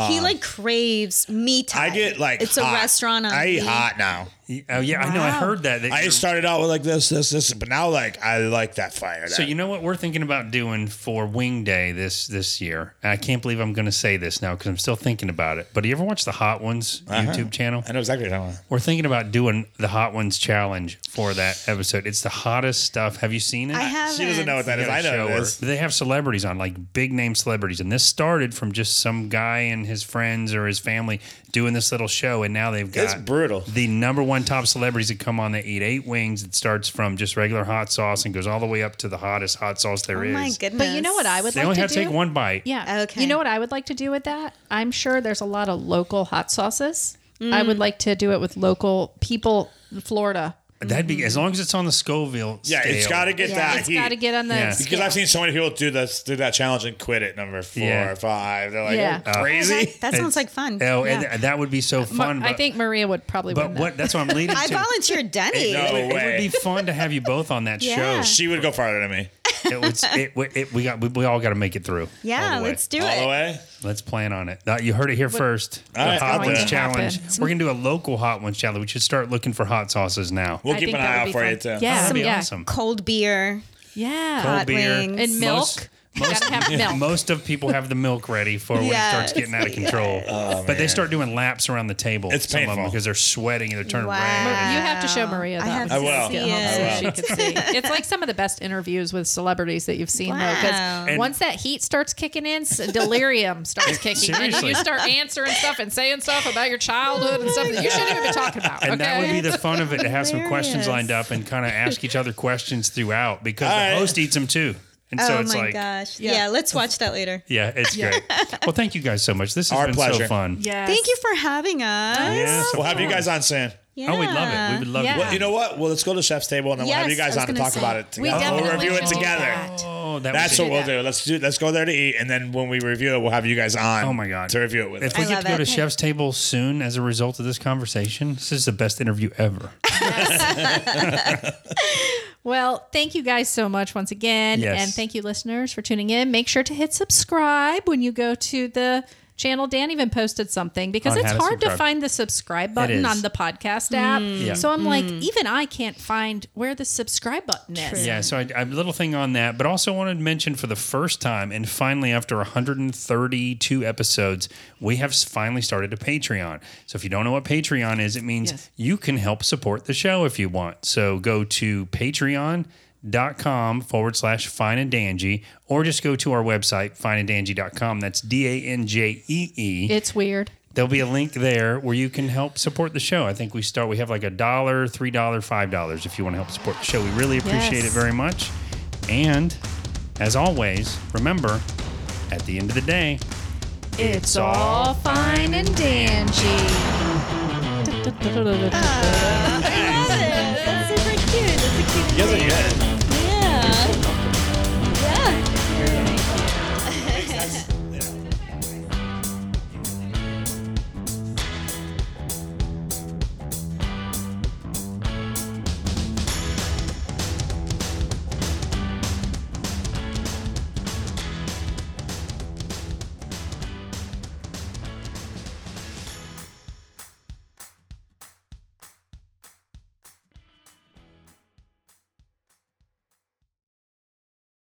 he like craves me time. Um, I get like it's hot. a restaurant. On I eat me. hot now. Oh yeah, I know. I heard that. that I you're- started out with like this, this, this, but now like I like that fire. So you know what we're thinking about doing for Wing Day this this year? And I can't believe I'm going to say this now because I'm still thinking about it. But do you ever watch the Hot Ones Uh-huh. YouTube channel? I know exactly what I'm talking about. We're thinking about doing the Hot Ones challenge for that episode. It's the hottest stuff. Have you seen it? I have. She doesn't know what that is. I know show this. her. They have celebrities on, like big name celebrities. And this started from just some guy and his friends or his family doing this little show. And now they've got It's brutal. the number one top celebrities that come on. They eat eight wings. It starts from just regular hot sauce and goes all the way up to the hottest hot sauce there Oh is. my goodness! But you know what I would They like only to have to do? take one bite. Yeah. Okay. You know what I would like to do with that? I'm sure there's a lot of local hot sauces. I Mm. would like to do it with local people in Florida. That'd Mm-hmm. be as long as it's on the Scoville. Yeah, it's scale. got to get Yeah. that It's heat. got to get on the. Yeah. Because Because scale. I've seen so many people do this, do that challenge and quit at number four Yeah. or five. They're like, Yeah. "Oh, Uh, crazy. That, that sounds like Uh, fun. Oh, and Yeah. th- that would be so Ma- fun. I but- think Maria would probably But win that. what? That's what I'm leading I to. volunteered Denny. No it, would- it would way. be fun to have you both on that Yeah. show. she would go farther than me. It was. It, we- it, we got. We, we all got to make it through. Yeah, All the way. let's do All the it. way. Let's plan on it. Uh, you heard it here first. The right, I'll hot do ones it. challenge. Happen. We're gonna do a local hot ones challenge. We should start looking for hot sauces now. We'll I keep think an that eye would out be for you too. fun. Yeah. That'd be yeah. awesome. Cold beer. Yeah. Hot wings. And milk. You gotta have milk. Most of people have the milk ready for when it starts Yes. getting out of control. but they start doing laps around the table. Oh, It's some of 'em, painful. because they're sweating and they're turning Wow. red. You have to show Maria I that. one. have to I will. see Yeah, it. I So she could see. It's like some of the best interviews with celebrities that you've seen, though, Wow. because And- once that heat starts kicking in, s- delirium starts kicking in, and seriously. you start answering stuff and saying stuff about your childhood and stuff that you shouldn't even be talking about. And okay? that would be the fun of it to have some questions Hilarious. lined up and kind of ask each other questions throughout because All the right. host eats them too. And so oh it's my like, gosh! Yeah. Yeah. let's watch that later. yeah, it's great. Well, thank you guys so much. This has Our been so pleasure. fun. Yes. Thank you for having us. Yeah, so We'll have you fun. guys on soon. Yeah. Oh, we'd love it. We would love Yeah. it. Oh, Well, You know what? Well, let's go to Chef's Table and then we'll have you Yes, guys I was on to gonna talk say, about it we together. definitely we'll review it should do together. that. Oh, that That's would what be- we'll do. Let's do. Let's go there to eat, and then when we review it, we'll have you guys on. Oh my god! To review it with if us. we I get love to go to it. Chef's table soon as a result of this conversation, this is the best interview ever. Well, thank you guys so much once again. Yes. And thank you, listeners, for tuning in. Make sure to hit subscribe when you go to the channel. Dan even posted something because On it's how to hard to subscribe. find the subscribe is. Mm. button on the podcast app. Yeah. So I'm like, even I can't find where the subscribe button is. True. Yeah, so I, I have a little thing on that, but also wanted to mention for the first time and finally after 132 episodes, we have s- finally started a Patreon. So if you don't know what Patreon is, it means Yes. you can help support the show if you want. So go to patreon.com forward slash fine and dangy, or just go to our website, fineanddangy.com. That's D A N J E E. It's weird. There'll be a link there where you can help support the show. I think we start, we have like a dollar, three dollar, five dollars if you want to help support the show. We really appreciate it Yes. very much. And as always, remember at the end of the day, It's all fine and dangy. I love it. That's super cute. That's a cute. You guys are good.